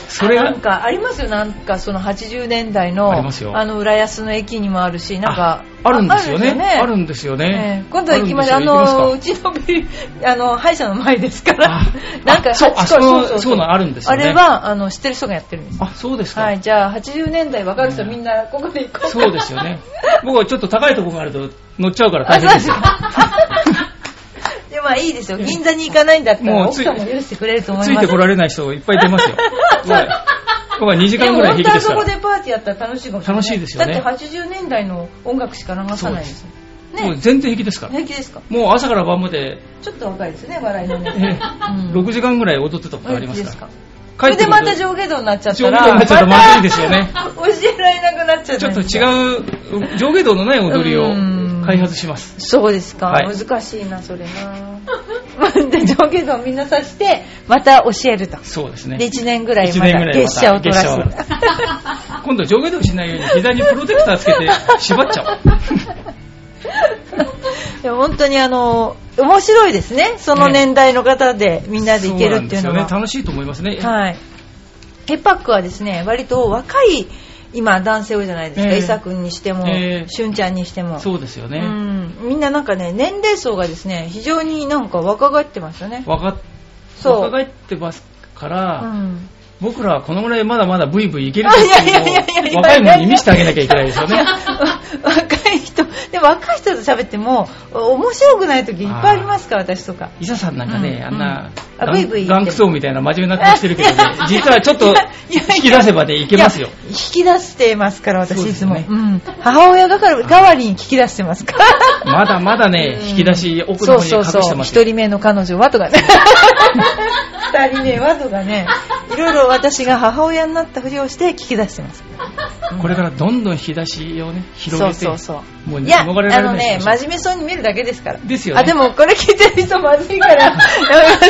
[SPEAKER 2] それ
[SPEAKER 1] あ
[SPEAKER 2] が
[SPEAKER 1] なん、かありますよなんかその80年代
[SPEAKER 2] あ
[SPEAKER 1] の
[SPEAKER 2] りますよ
[SPEAKER 1] の浦安の駅にもあるしなんか
[SPEAKER 2] ああるんですよね。ある
[SPEAKER 1] ん
[SPEAKER 2] んですよね。
[SPEAKER 1] 今度は駅まであ
[SPEAKER 2] るんすよ
[SPEAKER 1] の
[SPEAKER 2] 行
[SPEAKER 1] う
[SPEAKER 2] き
[SPEAKER 1] ちのビルあの歯医者の前ですから
[SPEAKER 2] あ
[SPEAKER 1] なんか
[SPEAKER 2] あそう
[SPEAKER 1] 8
[SPEAKER 2] あそうそうなんあるんですよね
[SPEAKER 1] あれはあの知ってる人がやってるんです
[SPEAKER 2] ますかあ、そうですか。
[SPEAKER 1] はいじゃあ80年代わかる人みんなここで行こう
[SPEAKER 2] そうですよね。 僕はちょっと高いところがあると乗っちゃうから大変ですよ。
[SPEAKER 1] でまあいいですよ銀座に行かないんだったら
[SPEAKER 2] もう
[SPEAKER 1] 奥
[SPEAKER 2] つい
[SPEAKER 1] さんも許してくれると思
[SPEAKER 2] つ
[SPEAKER 1] い
[SPEAKER 2] い
[SPEAKER 1] ます
[SPEAKER 2] てこられない人いっぱい 出ますよ。僕は僕は2時
[SPEAKER 1] で
[SPEAKER 2] 間
[SPEAKER 1] も
[SPEAKER 2] ぐらい
[SPEAKER 1] 本
[SPEAKER 2] 平
[SPEAKER 1] 当
[SPEAKER 2] 気で
[SPEAKER 1] は
[SPEAKER 2] す
[SPEAKER 1] そ
[SPEAKER 2] か
[SPEAKER 1] こ
[SPEAKER 2] ら。
[SPEAKER 1] でパーティーやったら楽しいかもしれない
[SPEAKER 2] 楽しいですよね
[SPEAKER 1] だって80年代の音楽しか流さないですね
[SPEAKER 2] もう全然平気ですから。
[SPEAKER 1] 平気ですか
[SPEAKER 2] もう朝から晩まで、
[SPEAKER 1] ちょっと若いですね、笑いの
[SPEAKER 2] え
[SPEAKER 1] ね。
[SPEAKER 2] え
[SPEAKER 1] うん
[SPEAKER 2] 6時間ぐらい踊ってたことありますから。
[SPEAKER 1] それでまた
[SPEAKER 2] 上
[SPEAKER 1] 上下動になっちゃった
[SPEAKER 2] 下動
[SPEAKER 1] ら、
[SPEAKER 2] になっちゃったらまずいですよね。
[SPEAKER 1] また 教えられなくなっちゃう
[SPEAKER 2] ち
[SPEAKER 1] じゃ
[SPEAKER 2] ょ
[SPEAKER 1] ない
[SPEAKER 2] っと
[SPEAKER 1] ですか。
[SPEAKER 2] 違う上下動のない踊りを
[SPEAKER 1] うん
[SPEAKER 2] 開発します。
[SPEAKER 1] そうですか、
[SPEAKER 2] はい
[SPEAKER 1] 難しいな、それな。 で、上下動をみんなさして、また教えると。
[SPEAKER 2] そうです
[SPEAKER 1] で、
[SPEAKER 2] ね。
[SPEAKER 1] 1年ぐらい
[SPEAKER 2] 一
[SPEAKER 1] ま
[SPEAKER 2] 年ぐ
[SPEAKER 1] た
[SPEAKER 2] らいまた
[SPEAKER 1] 月謝を取らす。
[SPEAKER 2] 月 今度上下動しないように膝にプロテクターつけて縛っちゃおう。
[SPEAKER 1] いや本当にあの、面白いですね。その年代の方でみんなでいけるっていうの
[SPEAKER 2] そなんですよね
[SPEAKER 1] は。
[SPEAKER 2] 楽しいと思いますね。
[SPEAKER 1] はい。ヘパックはですね、割と若い、今男性多いじゃないですか。
[SPEAKER 2] ええ
[SPEAKER 1] イサ君にしても、
[SPEAKER 2] ええ
[SPEAKER 1] しゅんちゃんにしても。
[SPEAKER 2] そうですよ
[SPEAKER 1] う
[SPEAKER 2] ね。
[SPEAKER 1] ん、みんななんかね年齢層がですね非常になんか若返ってますよね
[SPEAKER 2] わかっ
[SPEAKER 1] そう
[SPEAKER 2] 若返ってますから、
[SPEAKER 1] うん
[SPEAKER 2] 僕らはこのぐらいまだまだブイブイいける
[SPEAKER 1] あいやい
[SPEAKER 2] け
[SPEAKER 1] やいやいやい
[SPEAKER 2] ど
[SPEAKER 1] や
[SPEAKER 2] 若い者に見せてあげなきゃいけないですよね。
[SPEAKER 1] 若い人で若い人と喋ってもお面白くない時いっぱいありますから私とか
[SPEAKER 2] 伊佐さんなんかね、
[SPEAKER 1] うん
[SPEAKER 2] あんな、
[SPEAKER 1] うんあ
[SPEAKER 2] ガ
[SPEAKER 1] ブイブイ言っ
[SPEAKER 2] ン
[SPEAKER 1] て
[SPEAKER 2] ガンクソみたいな真面目な顔してるけどね、実はちょっと
[SPEAKER 1] いやいや
[SPEAKER 2] 引き出せばね、いけますよ
[SPEAKER 1] い。や引き出してますから私
[SPEAKER 2] そう
[SPEAKER 1] い
[SPEAKER 2] で
[SPEAKER 1] つ
[SPEAKER 2] す
[SPEAKER 1] も、
[SPEAKER 2] ね
[SPEAKER 1] うん、母親がから代わりに聞き出してますから
[SPEAKER 2] まだまだね、引き出し 奥の方に隠してます
[SPEAKER 1] 一
[SPEAKER 2] よ。
[SPEAKER 1] 人目の彼女はとか ね二人目はとかねいろいろ私が母親になったふりをして聞き出してます
[SPEAKER 2] これからどんどん引き出しをね、広げて、
[SPEAKER 1] そうそうそう
[SPEAKER 2] もう
[SPEAKER 1] い
[SPEAKER 2] ね
[SPEAKER 1] やあ
[SPEAKER 2] 逃れられ
[SPEAKER 1] の
[SPEAKER 2] ない
[SPEAKER 1] ね
[SPEAKER 2] ですよ
[SPEAKER 1] 真面目そうに見るだけですから
[SPEAKER 2] ですよね
[SPEAKER 1] あでもこれ聞いてる人まずいからやめま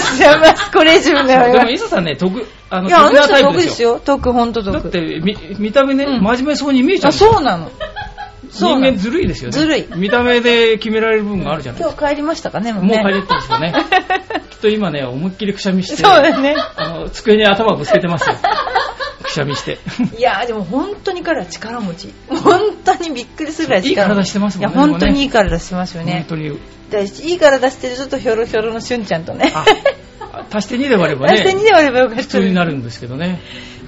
[SPEAKER 1] すやめますこれ以上やめ
[SPEAKER 2] でも
[SPEAKER 1] ま
[SPEAKER 2] 伊佐さんね、得、あ
[SPEAKER 1] す
[SPEAKER 2] の、
[SPEAKER 1] いやあ
[SPEAKER 2] 得
[SPEAKER 1] の
[SPEAKER 2] な
[SPEAKER 1] 人
[SPEAKER 2] タイ
[SPEAKER 1] 得
[SPEAKER 2] プで
[SPEAKER 1] です
[SPEAKER 2] すよ。
[SPEAKER 1] よ得本当
[SPEAKER 2] だっ
[SPEAKER 1] 得
[SPEAKER 2] て、み見た目ね、
[SPEAKER 1] うん
[SPEAKER 2] 真面目そうに見えちゃう
[SPEAKER 1] あ
[SPEAKER 2] んですよ
[SPEAKER 1] そうなのそう
[SPEAKER 2] 人
[SPEAKER 1] なの
[SPEAKER 2] 間ずるいですよね。
[SPEAKER 1] ずるい
[SPEAKER 2] 見た目で決められる部分があるじゃない
[SPEAKER 1] 今日帰りましたかねもう
[SPEAKER 2] もう
[SPEAKER 1] ね
[SPEAKER 2] 帰りってますよね。きっと今ね、思いっきりくしゃみして、
[SPEAKER 1] そうだね
[SPEAKER 2] あの机に頭ぶつけ てますよ。くしゃみして。
[SPEAKER 1] いやーでも本当に彼は力持ち本当にびっくりするぐらい力持ち
[SPEAKER 2] いい体してますもんね
[SPEAKER 1] いや本当にいい体してますよ
[SPEAKER 2] 本
[SPEAKER 1] ね
[SPEAKER 2] 当に。
[SPEAKER 1] だしいい体してるちょっとひょろひょろのしゅんちゃんとね
[SPEAKER 2] あ、足して2で割れば
[SPEAKER 1] 出して2
[SPEAKER 2] ね、
[SPEAKER 1] で割ればよかった
[SPEAKER 2] 普通になるんですけどね。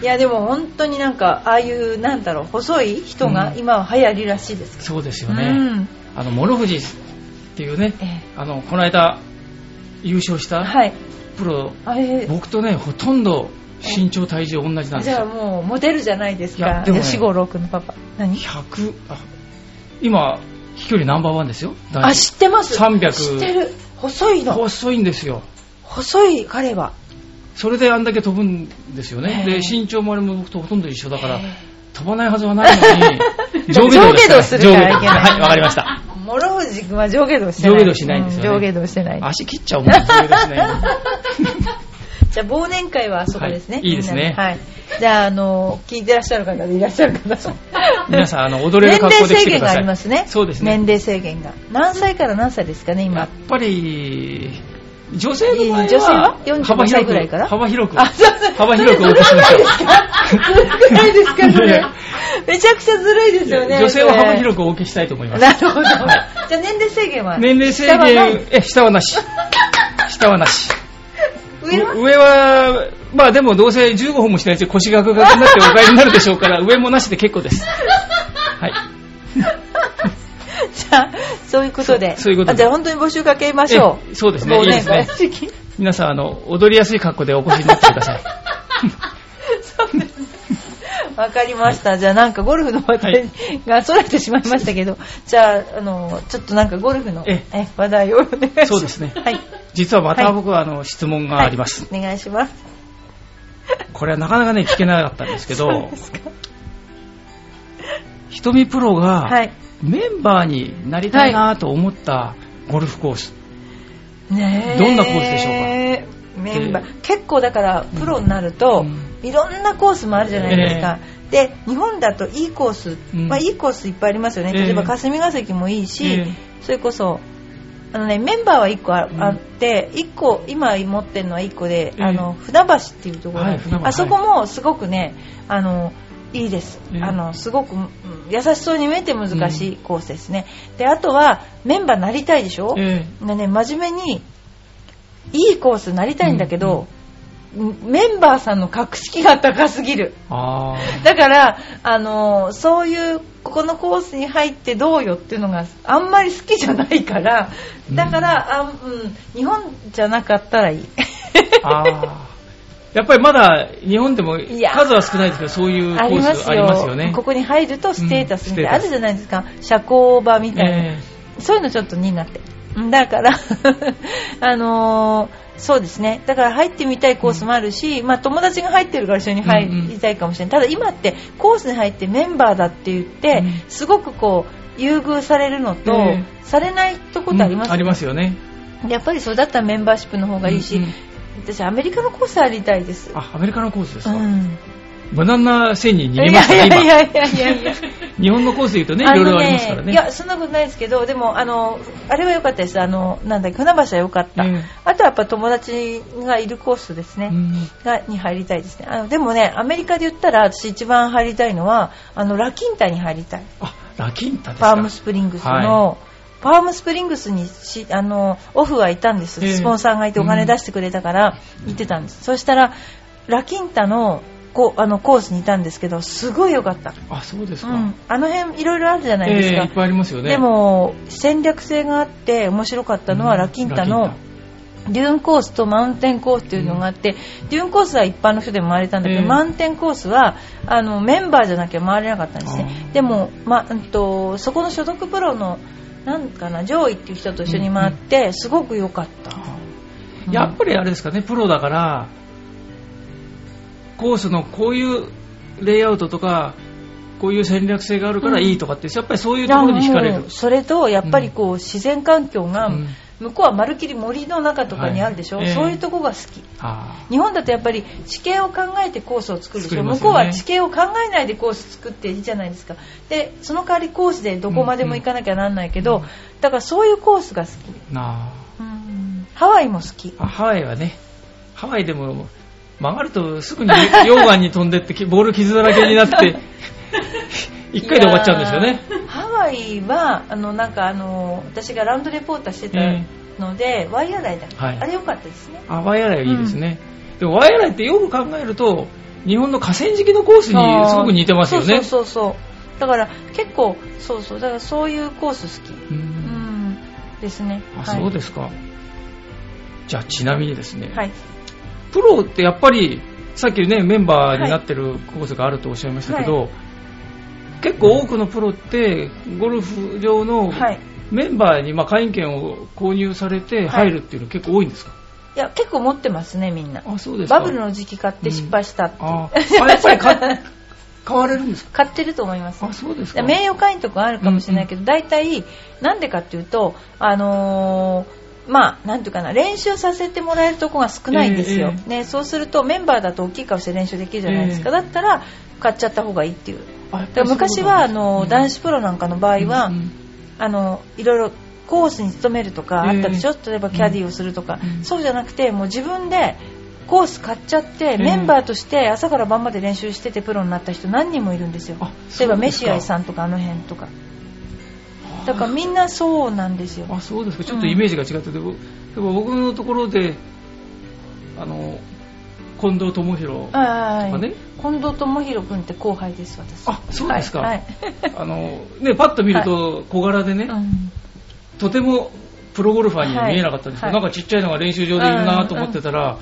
[SPEAKER 1] いやでも本当になんかああいうなんだろう細い人が
[SPEAKER 2] うん
[SPEAKER 1] 今は流行りらしいですけ
[SPEAKER 2] そうです
[SPEAKER 1] ど
[SPEAKER 2] よね。あの、諸富士っていうね
[SPEAKER 1] うん、え
[SPEAKER 2] あの、この間、優勝し
[SPEAKER 1] え
[SPEAKER 2] た
[SPEAKER 1] はい
[SPEAKER 2] プロ、
[SPEAKER 1] あれ
[SPEAKER 2] 僕とね、ほとんど身長、体重同じなんです
[SPEAKER 1] じゃあ
[SPEAKER 2] よ。
[SPEAKER 1] もうモデルじゃないです
[SPEAKER 2] い
[SPEAKER 1] か
[SPEAKER 2] やでもね
[SPEAKER 1] 吉五郎君のパパ何
[SPEAKER 2] 100、あ今、飛距離ナンバーワンですよ。男子
[SPEAKER 1] あ知ってます
[SPEAKER 2] 300
[SPEAKER 1] 知ってる細いの
[SPEAKER 2] 細いんですよ。
[SPEAKER 1] 細い彼は
[SPEAKER 2] それであんだけ飛ぶんですよね。
[SPEAKER 1] へえ
[SPEAKER 2] で、身長もあれも僕とほとんど一緒だから
[SPEAKER 1] へえ、
[SPEAKER 2] 飛ばないはずはないの に、
[SPEAKER 1] 上下動です
[SPEAKER 2] す
[SPEAKER 1] る
[SPEAKER 2] 上
[SPEAKER 1] から
[SPEAKER 2] 下
[SPEAKER 1] い
[SPEAKER 2] 動
[SPEAKER 1] けない
[SPEAKER 2] はい、 わかりました。
[SPEAKER 1] 諸藤君は上下動してない
[SPEAKER 2] 上下動しないんですよね
[SPEAKER 1] う上下動してない
[SPEAKER 2] 足切っちゃうもん、それですね。
[SPEAKER 1] じゃあ忘年会はあそこですね。
[SPEAKER 2] はいいいですね
[SPEAKER 1] みんなはい。じゃあ、あの、聞いてらっしゃる方でいらっしゃる方も。
[SPEAKER 2] 皆さん、あの、踊れる格好で来てくだ
[SPEAKER 1] 年齢制限
[SPEAKER 2] さい。
[SPEAKER 1] がありますね。
[SPEAKER 2] そうです
[SPEAKER 1] 年
[SPEAKER 2] ね。
[SPEAKER 1] 齢制限が。何歳から何歳ですかね、
[SPEAKER 2] やっ
[SPEAKER 1] 今。
[SPEAKER 2] ぱり、女性の場合
[SPEAKER 1] いい女性は45
[SPEAKER 2] は、幅
[SPEAKER 1] 歳
[SPEAKER 2] 広
[SPEAKER 1] ぐらいか
[SPEAKER 2] く、
[SPEAKER 1] ら
[SPEAKER 2] 幅広く、
[SPEAKER 1] あ、そうそう。
[SPEAKER 2] 幅広くお送しましょ
[SPEAKER 1] ずるくないですか、そ
[SPEAKER 2] いやい
[SPEAKER 1] れ
[SPEAKER 2] や。
[SPEAKER 1] めちゃくちゃずるいですよ
[SPEAKER 2] う。
[SPEAKER 1] ね。
[SPEAKER 2] 女性は幅
[SPEAKER 1] く。
[SPEAKER 2] 広くお受けしたいと思います。
[SPEAKER 1] なるほど。じゃあ、年齢制限は
[SPEAKER 2] 年齢制
[SPEAKER 1] 下はない
[SPEAKER 2] 限、え、下はなし。下はなし。
[SPEAKER 1] 上は
[SPEAKER 2] 上は、まあでもどうせ15本もしないうちに腰がガクガクになってお帰りになるでしょうから、上もなしで結構です。はい。
[SPEAKER 1] じゃあ、そういうことで。
[SPEAKER 2] そうそういうことで
[SPEAKER 1] あじゃあ、本当に募集かけましょ
[SPEAKER 2] え
[SPEAKER 1] う。
[SPEAKER 2] そうですね
[SPEAKER 1] 忘年
[SPEAKER 2] い
[SPEAKER 1] 会
[SPEAKER 2] いです皆さん、あの、踊りやすい格好でお越しになってくださ い。
[SPEAKER 1] わかりました。じゃあなんかゴルフの話題が逸れてしまいましたけ ど、じゃあ、あの、ちょっとなんかゴルフの
[SPEAKER 2] え
[SPEAKER 1] え話題をお願いします。
[SPEAKER 2] そうですね
[SPEAKER 1] はい。
[SPEAKER 2] 実はま
[SPEAKER 1] は
[SPEAKER 2] た
[SPEAKER 1] い
[SPEAKER 2] 僕は、あの、質問があります。
[SPEAKER 1] はいお願いします。
[SPEAKER 2] これはなかなかね、聞けなかったんですけ
[SPEAKER 1] そう
[SPEAKER 2] ど
[SPEAKER 1] で、すか。
[SPEAKER 2] 瞳プロ
[SPEAKER 1] は
[SPEAKER 2] が
[SPEAKER 1] い。
[SPEAKER 2] メンバーになりたいなと思ったゴルフコース。
[SPEAKER 1] ねえ
[SPEAKER 2] どんなコースでしょ
[SPEAKER 1] メンバー、結構だからプロになると、
[SPEAKER 2] うん
[SPEAKER 1] いろんなコースもあるじゃないですか。で、日本だといいコース、
[SPEAKER 2] うん
[SPEAKER 1] まあいいコースいっぱいありますよね。
[SPEAKER 2] ええ
[SPEAKER 1] 例えば霞ヶ関もいいし、
[SPEAKER 2] ええ
[SPEAKER 1] それこそ、あのね、メンバーは1個あ
[SPEAKER 2] うん
[SPEAKER 1] あって、1個、今持ってるのは1個で、
[SPEAKER 2] ええ
[SPEAKER 1] あの、船橋っていうところ、
[SPEAKER 2] はい船橋
[SPEAKER 1] あそこもすごくね、あの、いいです。
[SPEAKER 2] ええ
[SPEAKER 1] あの、すごくうん優しそうに見えて難しいコースですね。で、あとは、メンバーなりたいでしょ、
[SPEAKER 2] え
[SPEAKER 1] でね、真面目に、いいコースなりたいんだけど、メンバーさんの格式が高すぎる。
[SPEAKER 2] えあ
[SPEAKER 1] だから、あのーそういう、ここのコースに入ってどうよっていうのがあんまり好きじゃないから、だから、あうん、日本じゃなかったらいい。
[SPEAKER 2] ー。あー。やっぱりまだ日本でも
[SPEAKER 1] いや
[SPEAKER 2] 数は少ないですけど、そういうコ
[SPEAKER 1] あり
[SPEAKER 2] ー
[SPEAKER 1] ます
[SPEAKER 2] スありますよ
[SPEAKER 1] よ
[SPEAKER 2] ね。
[SPEAKER 1] ここに入るとステータスみたいな、
[SPEAKER 2] うん
[SPEAKER 1] あるじゃないですか。社交場みたいな。
[SPEAKER 2] ええ
[SPEAKER 1] そういうのちょっと苦手。うんだから、 あのーそうですね。だから入ってみたいコースもあるし、まあ友達が入ってるから一緒に入りたいかもしれない。ただ今ってコースに入ってメンバーだって言って、
[SPEAKER 2] うん
[SPEAKER 1] すごくこう、優遇されるのと、
[SPEAKER 2] え
[SPEAKER 1] されないとことあります、
[SPEAKER 2] うんありますよね。
[SPEAKER 1] やっぱりそうだったらメンバーシップの方がいいし、
[SPEAKER 2] うんうん
[SPEAKER 1] 私アメリカのコースありたいです。
[SPEAKER 2] あ、アメリカのコースです
[SPEAKER 1] う
[SPEAKER 2] か。
[SPEAKER 1] ん。
[SPEAKER 2] 無難な線に
[SPEAKER 1] い
[SPEAKER 2] 逃
[SPEAKER 1] や
[SPEAKER 2] げ
[SPEAKER 1] い
[SPEAKER 2] ました
[SPEAKER 1] や
[SPEAKER 2] ね、
[SPEAKER 1] い
[SPEAKER 2] 今。
[SPEAKER 1] やいやいやいや。
[SPEAKER 2] 日本のコースで言うとね、
[SPEAKER 1] あ
[SPEAKER 2] いろ
[SPEAKER 1] の
[SPEAKER 2] いろありますからね。
[SPEAKER 1] いや、そんなことないですけど、でも、あの、あれは良かったです。あの、なんだっけ、船橋は良かった。
[SPEAKER 2] うん
[SPEAKER 1] あとはやっぱ友達がいるコースですね。
[SPEAKER 2] うん
[SPEAKER 1] がに入りたいですねあのでもねアメリカで言ったら私一番入りたいのはあのラキンタに入りたい
[SPEAKER 2] あ、ラキンタです
[SPEAKER 1] パ
[SPEAKER 2] か。
[SPEAKER 1] ームスプリングスの、パームスプリングスにしあのオフはいたんです
[SPEAKER 2] ええ
[SPEAKER 1] スポンサーがいてお金出してくれたから行ってたんです、そしたらラキンタのこあのコースにいたんですけどすごい良かった、
[SPEAKER 2] あ、そうです
[SPEAKER 1] う
[SPEAKER 2] か。
[SPEAKER 1] ん、あの辺いろいろあるじゃないです
[SPEAKER 2] ええ
[SPEAKER 1] か、
[SPEAKER 2] いっぱいありますよね。
[SPEAKER 1] でも戦略性があって面白かったのはラキンタ
[SPEAKER 2] うん
[SPEAKER 1] の
[SPEAKER 2] ラキン
[SPEAKER 1] デューンコースとマウンテンコースというのがあって、デューンコースは一般の人でも回れたんだけど、
[SPEAKER 2] ええ
[SPEAKER 1] マウンテンコースはあのメンバーじゃなきゃ回れなかったんですね
[SPEAKER 2] あー
[SPEAKER 1] でも、まうんとそこの所属プロのなんかな上位っていう人と一緒に回って、すごく良かった、
[SPEAKER 2] あ
[SPEAKER 1] う
[SPEAKER 2] ー
[SPEAKER 1] ん
[SPEAKER 2] やっぱりあれですかね、プロだから、コースのこういうレイアウトとか、こういう戦略性があるからいいとかって、やっぱりそういうところに惹かれ
[SPEAKER 1] いや
[SPEAKER 2] る
[SPEAKER 1] もう。それとやっぱりこう、自然環境が、
[SPEAKER 2] うん
[SPEAKER 1] 向こうはまるっきり森の中とかにあるでしょ、
[SPEAKER 2] はいええ
[SPEAKER 1] そういうとこが好き
[SPEAKER 2] あ
[SPEAKER 1] 日本だとやっぱり地形を考えてコースを作るでし
[SPEAKER 2] 作
[SPEAKER 1] ょ、
[SPEAKER 2] りま
[SPEAKER 1] 向
[SPEAKER 2] す
[SPEAKER 1] こう
[SPEAKER 2] よね
[SPEAKER 1] は地形を考えないでコース作っていいじゃないですかでその代わりコースでどこまでも行かなきゃなんないけど、
[SPEAKER 2] うんうん
[SPEAKER 1] だからそういうコースが好き、
[SPEAKER 2] ーな
[SPEAKER 1] うんハワイも好き
[SPEAKER 2] ああハワイはね、ハワイでも曲がるとすぐに溶岩に飛んでって、 きボール傷だらけになって、 一回で終わっちゃうんですよね。
[SPEAKER 1] いやーハワイはあのなんかあの私がラウンドレポーターしてた
[SPEAKER 2] え
[SPEAKER 1] ので、ワイヤー台だっけ、
[SPEAKER 2] はい
[SPEAKER 1] あれ良かったですね
[SPEAKER 2] あ、ワイヤライいいですね。でもワイヤライってよく考えると、日本の河川敷のコースにすごく似てますよね。
[SPEAKER 1] そうそうそうそうだから結構そうそうだからそういうコース好き
[SPEAKER 2] う
[SPEAKER 1] うんんですね
[SPEAKER 2] あ、そうですすか。じゃあちなみにですね、
[SPEAKER 1] はい
[SPEAKER 2] プロってやっぱり、さっきね、メンバーになってるコースがあるとおっしゃいましたけど、
[SPEAKER 1] は
[SPEAKER 2] 結構多くのプロって、ゴルフ場の
[SPEAKER 1] はい
[SPEAKER 2] メンバーにまあ会員権を購入されて入るっていうの結構多いんですか、
[SPEAKER 1] いや結構持ってますねみんな
[SPEAKER 2] あ、そうですか。
[SPEAKER 1] バブルの時期買って失敗したっていう、
[SPEAKER 2] ああ、やっぱり買買われるんです か
[SPEAKER 1] 買ってると思います
[SPEAKER 2] あ、そうですか。
[SPEAKER 1] 名誉会員とかあるかもしれないけど、大体なんでかっていうとあのーまあ、なんていうかな練習させてもらえるとこが少ないんですよ、
[SPEAKER 2] ええ
[SPEAKER 1] ね、そうするとメンバーだと大きい顔して練習できるじゃないですか、だ
[SPEAKER 2] ええ
[SPEAKER 1] ったら買っちゃった方がいいっていう
[SPEAKER 2] あやっ
[SPEAKER 1] だ
[SPEAKER 2] ぱ
[SPEAKER 1] から
[SPEAKER 2] りそういうこと
[SPEAKER 1] 昔はあ
[SPEAKER 2] なんですね
[SPEAKER 1] の、男子プロなんかの場合は、
[SPEAKER 2] うん
[SPEAKER 1] あのいろいろコースに勤めるとかあったでしょ、
[SPEAKER 2] え
[SPEAKER 1] 例えばキャディーをするとか、
[SPEAKER 2] うん
[SPEAKER 1] そうじゃなくてもう自分でコース買っちゃって、
[SPEAKER 2] え
[SPEAKER 1] メンバーとして朝から晩まで練習しててプロになった人何人もいるんですよ
[SPEAKER 2] あ
[SPEAKER 1] 例えば
[SPEAKER 2] そう
[SPEAKER 1] メ
[SPEAKER 2] です
[SPEAKER 1] シ
[SPEAKER 2] か
[SPEAKER 1] アイさんとかあの辺とか
[SPEAKER 2] あ
[SPEAKER 1] だからみんなそうなんですよ
[SPEAKER 2] あそうですかちょっとイメージが違ってて、僕でも僕のところであの近藤智弘
[SPEAKER 1] はいはい
[SPEAKER 2] と
[SPEAKER 1] は
[SPEAKER 2] か
[SPEAKER 1] い、
[SPEAKER 2] ね
[SPEAKER 1] 近藤智弘君って後輩です私
[SPEAKER 2] あそうですか、
[SPEAKER 1] はいはい
[SPEAKER 2] あのねパッと見ると小柄でね、
[SPEAKER 1] うん
[SPEAKER 2] とてもプロゴルファーには見えなかったんですけど、
[SPEAKER 1] はい
[SPEAKER 2] なんかちっちゃいのが練習場でいるなと思ってたら、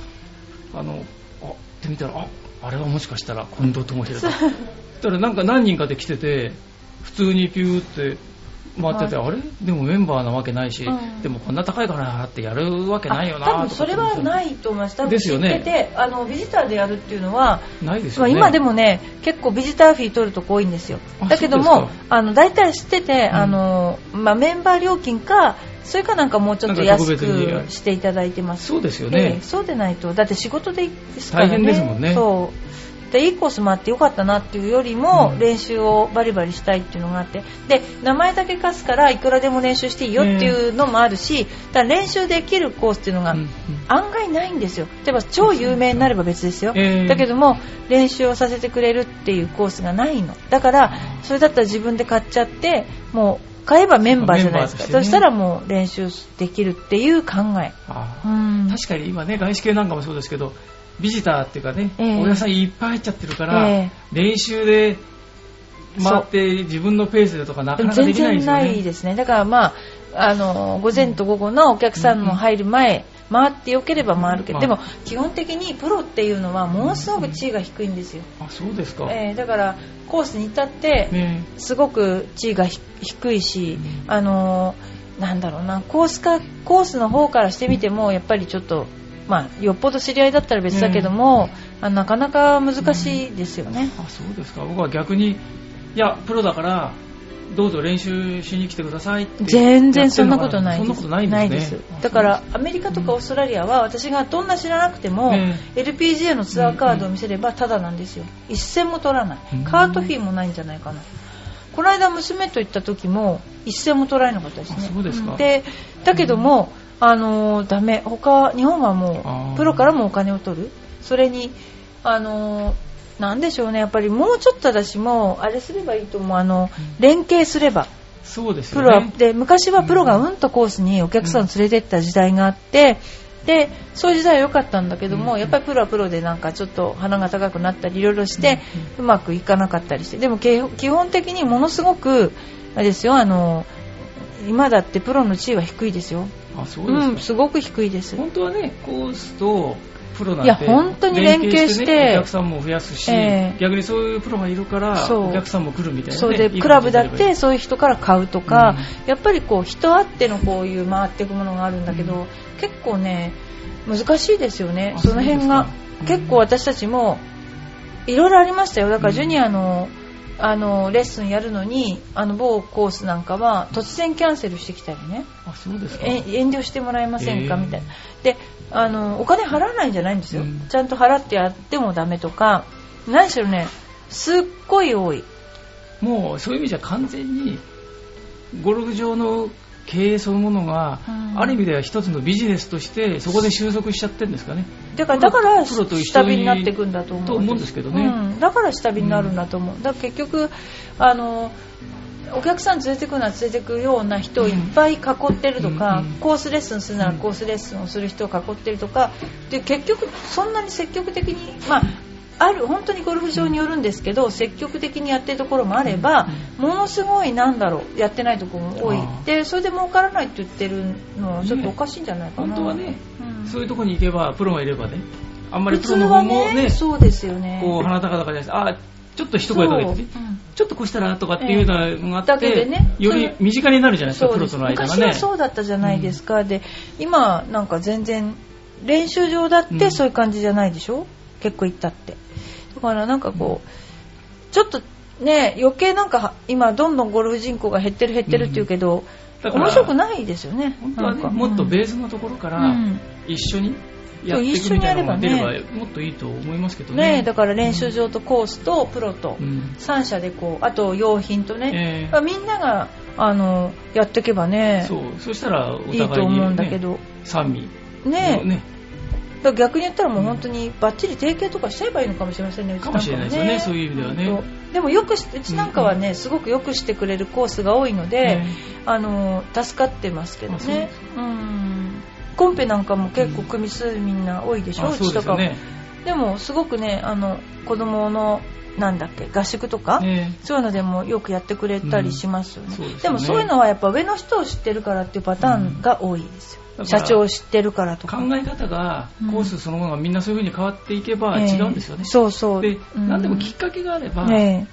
[SPEAKER 2] あのあって見たらああれはもしかしたら近藤智弘だそしたらなんか何人かで来てて普通にピューって回ってて、あれでもメンバーなわけないし、
[SPEAKER 1] うん
[SPEAKER 2] でもこんな高いからってやるわけないよな
[SPEAKER 1] あ多分それはないいと思います多分
[SPEAKER 2] です
[SPEAKER 1] 知
[SPEAKER 2] よ
[SPEAKER 1] っ
[SPEAKER 2] ね
[SPEAKER 1] てて、あのビジターでやるっていうのは
[SPEAKER 2] ないです
[SPEAKER 1] ま
[SPEAKER 2] よ
[SPEAKER 1] あ、
[SPEAKER 2] ね
[SPEAKER 1] 今でもね結構ビジターフィー取るとこ多いんですよ
[SPEAKER 2] あ
[SPEAKER 1] だけど
[SPEAKER 2] そうで
[SPEAKER 1] も
[SPEAKER 2] す
[SPEAKER 1] あの大体知ってて、
[SPEAKER 2] うん
[SPEAKER 1] あのまあ、メンバー料金かそれかなんかもうちょっと
[SPEAKER 2] なんか
[SPEAKER 1] 安
[SPEAKER 2] 特別に
[SPEAKER 1] くしていただいてます
[SPEAKER 2] そうですよね
[SPEAKER 1] ええそうでないとだって仕事でですからね
[SPEAKER 2] 大変ですもんね
[SPEAKER 1] そうでいいコースもあってよかったなっていうよりも、
[SPEAKER 2] うん
[SPEAKER 1] 練習をバリバリしたいっていうのがあってで名前だけ貸すからいくらでも練習していいよっていうのもあるし、だから練習できるコースっていうのが、
[SPEAKER 2] うんうん
[SPEAKER 1] 案外ないんですよ例えば超有名になれば別ですよ、
[SPEAKER 2] ええ
[SPEAKER 1] だけども練習をさせてくれるっていうコースがないのだからそれだったら自分で買っちゃってもう買えばメンバーじゃないですか
[SPEAKER 2] メン
[SPEAKER 1] そ
[SPEAKER 2] バーとしてね
[SPEAKER 1] したらもう練習できるっていう考え
[SPEAKER 2] あ
[SPEAKER 1] うん
[SPEAKER 2] 確かに今ね外資系なんかもそうですけどビジターっていうかね、
[SPEAKER 1] ええ
[SPEAKER 2] お野菜いっぱい入っちゃってるから、
[SPEAKER 1] え
[SPEAKER 2] 練習で回って自分のペースでとかなかなか
[SPEAKER 1] 全
[SPEAKER 2] できないで
[SPEAKER 1] 然
[SPEAKER 2] すよ
[SPEAKER 1] な
[SPEAKER 2] ね
[SPEAKER 1] いですねだからまああの午前と午後のお客さんの入る前、回ってよければ回るけど、
[SPEAKER 2] まあ
[SPEAKER 1] でも基本的にプロっていうのはものすごく地位が低いんですよ、
[SPEAKER 2] あそうですか、
[SPEAKER 1] ええだからコースに至って、
[SPEAKER 2] ね
[SPEAKER 1] すごく地位がひ低いし、
[SPEAKER 2] うん
[SPEAKER 1] あのーなんだろうなコースかコースの方からしてみてもやっぱりちょっと、まあ、よっぽど知り合いだったら別だけども、あなかなか難しいですよね。
[SPEAKER 2] あそうですか僕は逆にいやプロだからどうぞ練習しに来てくださいって
[SPEAKER 1] 全然そんなことない
[SPEAKER 2] や
[SPEAKER 1] で
[SPEAKER 2] っ
[SPEAKER 1] す。
[SPEAKER 2] てるのかなそんなことないんですね
[SPEAKER 1] だからアメリカとかオーストラリアは私がどんな知らなくても、
[SPEAKER 2] え
[SPEAKER 1] LPGA のツアーカードを見せればタダなんですよ。一銭も取らない
[SPEAKER 2] うん。
[SPEAKER 1] カートフィーもないんじゃないかな。この間娘と行った時も一銭も取られなかったですね。
[SPEAKER 2] あそうですか
[SPEAKER 1] んでだけども、あのーダメ。他日本はも
[SPEAKER 2] あ
[SPEAKER 1] う
[SPEAKER 2] ー
[SPEAKER 1] プロからもお金を取る。それにあのーなんでしょうねやっぱりもうちょっと私もあれすればいいと思うあの連携すれば
[SPEAKER 2] そうです
[SPEAKER 1] プ
[SPEAKER 2] よ
[SPEAKER 1] ロは
[SPEAKER 2] ね
[SPEAKER 1] で昔はプロがうんとコースにお客さんを連れてった時代があって、でそういう時代は良かったんだけども、
[SPEAKER 2] うん
[SPEAKER 1] やっぱりプロはプロでなんかちょっと鼻が高くなったりいろいろして、うまくいかなかったりしてでもけ基本的にものすごくあれですよあの今だってプロの地位は低いですよ
[SPEAKER 2] あそううですか
[SPEAKER 1] ん、すごく低いです
[SPEAKER 2] 本当はね、コースとプロなんて
[SPEAKER 1] いや本当に連携して
[SPEAKER 2] ねお客さんも増やすし、
[SPEAKER 1] ええ
[SPEAKER 2] 逆にそういうプロがいるから、
[SPEAKER 1] そう
[SPEAKER 2] お客さんも来るみたいなね、
[SPEAKER 1] そうで
[SPEAKER 2] いい
[SPEAKER 1] クラブだ
[SPEAKER 2] こ
[SPEAKER 1] っ
[SPEAKER 2] とすればい
[SPEAKER 1] て
[SPEAKER 2] い
[SPEAKER 1] そういう人から買うとか、やっぱりこう人あってのこういう回っていくものがあるんだけど、
[SPEAKER 2] う
[SPEAKER 1] 結構ね難しいですよね
[SPEAKER 2] あ
[SPEAKER 1] その辺が
[SPEAKER 2] そうですか
[SPEAKER 1] 結構私たちもいろいろありましたよだから
[SPEAKER 2] うん
[SPEAKER 1] ジュニアの,、あのレッスンやるのにあの某コースなんかは突然キャンセルしてきたりね
[SPEAKER 2] あそうですか。
[SPEAKER 1] え遠慮してもらえませんか
[SPEAKER 2] えー
[SPEAKER 1] みたいなであのお金払わないんじゃないんですよ、
[SPEAKER 2] うん
[SPEAKER 1] ちゃんと払ってやってもダメとか何しろねすっごい多い
[SPEAKER 2] もうそういう意味じゃ完全にゴルフ場の経営そのものが、
[SPEAKER 1] うん
[SPEAKER 2] ある意味では一つのビジネスとしてそこで収束しちゃってるんですかね。
[SPEAKER 1] だからだから
[SPEAKER 2] プロと一緒に
[SPEAKER 1] 下火になっていくんだと思う
[SPEAKER 2] と思うんですけどね
[SPEAKER 1] うん、だから下火になるんだと思う、だから結局あのお客さん連れてくな連れてくような人をいっぱい囲ってるとか、
[SPEAKER 2] うんうん
[SPEAKER 1] コースレッスンするなら
[SPEAKER 2] うん
[SPEAKER 1] コースレッスンをする人を囲ってるとかで結局そんなに積極的にまあある本当にゴルフ場によるんですけど積極的にやってるところもあればものすごいなんだろうやってないところも多い
[SPEAKER 2] あー
[SPEAKER 1] でそれで儲からないって言ってるのはちょっと
[SPEAKER 2] ね
[SPEAKER 1] おかしいんじゃないかな、
[SPEAKER 2] 本当はね、
[SPEAKER 1] うん
[SPEAKER 2] そういうとこに行けばプロがいればね、あんまり
[SPEAKER 1] 普
[SPEAKER 2] プ
[SPEAKER 1] 通
[SPEAKER 2] ロの
[SPEAKER 1] は
[SPEAKER 2] 方もね、
[SPEAKER 1] ねそうですよね
[SPEAKER 2] こう鼻高々じゃないですあちょっと一声かけてね
[SPEAKER 1] そううん
[SPEAKER 2] ちょっとこうしたらとかっていうのがあ
[SPEAKER 1] だ
[SPEAKER 2] っ
[SPEAKER 1] け
[SPEAKER 2] て、
[SPEAKER 1] でね
[SPEAKER 2] より身近になるじゃないですか、
[SPEAKER 1] そう
[SPEAKER 2] プ
[SPEAKER 1] で
[SPEAKER 2] ロ
[SPEAKER 1] す
[SPEAKER 2] との間が
[SPEAKER 1] 昔
[SPEAKER 2] ね。
[SPEAKER 1] はそうだったじゃないですか、で今なんか全然練習場だっ
[SPEAKER 2] う
[SPEAKER 1] て
[SPEAKER 2] ん
[SPEAKER 1] そういう感じじゃないでしょ、結構行ったってだからなんかこうちょっとね余計なんかは今どんどんゴルフ人口が減ってる減ってるっていうけど、
[SPEAKER 2] だから
[SPEAKER 1] 面白くないですよね
[SPEAKER 2] 本当はね、
[SPEAKER 1] なんか
[SPEAKER 2] もっとベースのところか
[SPEAKER 1] う
[SPEAKER 2] ら
[SPEAKER 1] ん
[SPEAKER 2] 一緒にやっていくみたいなのが
[SPEAKER 1] そう一緒
[SPEAKER 2] 出
[SPEAKER 1] にやればね
[SPEAKER 2] ればもっといいと思いますけどね。
[SPEAKER 1] ねえだから練習場とコースとプロと
[SPEAKER 2] うん
[SPEAKER 1] 3社でこうあと用品とね、
[SPEAKER 2] ええ
[SPEAKER 1] まあみんながあのやっていけばね
[SPEAKER 2] そう、そしたらお互いに、
[SPEAKER 1] い
[SPEAKER 2] ね、
[SPEAKER 1] いと思うんだけど
[SPEAKER 2] 酸味
[SPEAKER 1] ね
[SPEAKER 2] の
[SPEAKER 1] え
[SPEAKER 2] ね、
[SPEAKER 1] だから逆に言ったらもう本当にバッチリ提携とかしちゃえばいいのかもしれませんねうち
[SPEAKER 2] かもしれないですよねそういう意味ではね
[SPEAKER 1] 本当でもよくしうちなんかはね、すごくよくしてくれるコースが多いので、
[SPEAKER 2] ね
[SPEAKER 1] あの助かってますけど
[SPEAKER 2] あそう
[SPEAKER 1] ね
[SPEAKER 2] です
[SPEAKER 1] うんコンペなんかも結構組数みんな多いでしょ、う
[SPEAKER 2] あそう
[SPEAKER 1] ち
[SPEAKER 2] で
[SPEAKER 1] と
[SPEAKER 2] す
[SPEAKER 1] か
[SPEAKER 2] よ
[SPEAKER 1] もで,、
[SPEAKER 2] ね。
[SPEAKER 1] もすごくねあの子供のなんだっけ合宿とか、
[SPEAKER 2] ね
[SPEAKER 1] そういうのでもよくやってくれたりしますよね,、
[SPEAKER 2] うんそうですよね
[SPEAKER 1] でもそういうのはやっぱ上の人を知ってるからっていうパターンが多いですよ、
[SPEAKER 2] うんだか
[SPEAKER 1] 社
[SPEAKER 2] ら
[SPEAKER 1] 長を知ってるからと
[SPEAKER 2] 考
[SPEAKER 1] か
[SPEAKER 2] え方が
[SPEAKER 1] うん
[SPEAKER 2] コースそのものがみんなそういう風に変わっていけば
[SPEAKER 1] ええ
[SPEAKER 2] 違うんですよね。
[SPEAKER 1] そうそう。
[SPEAKER 2] で、
[SPEAKER 1] うん
[SPEAKER 2] 何でもきっかけがあれば、
[SPEAKER 1] え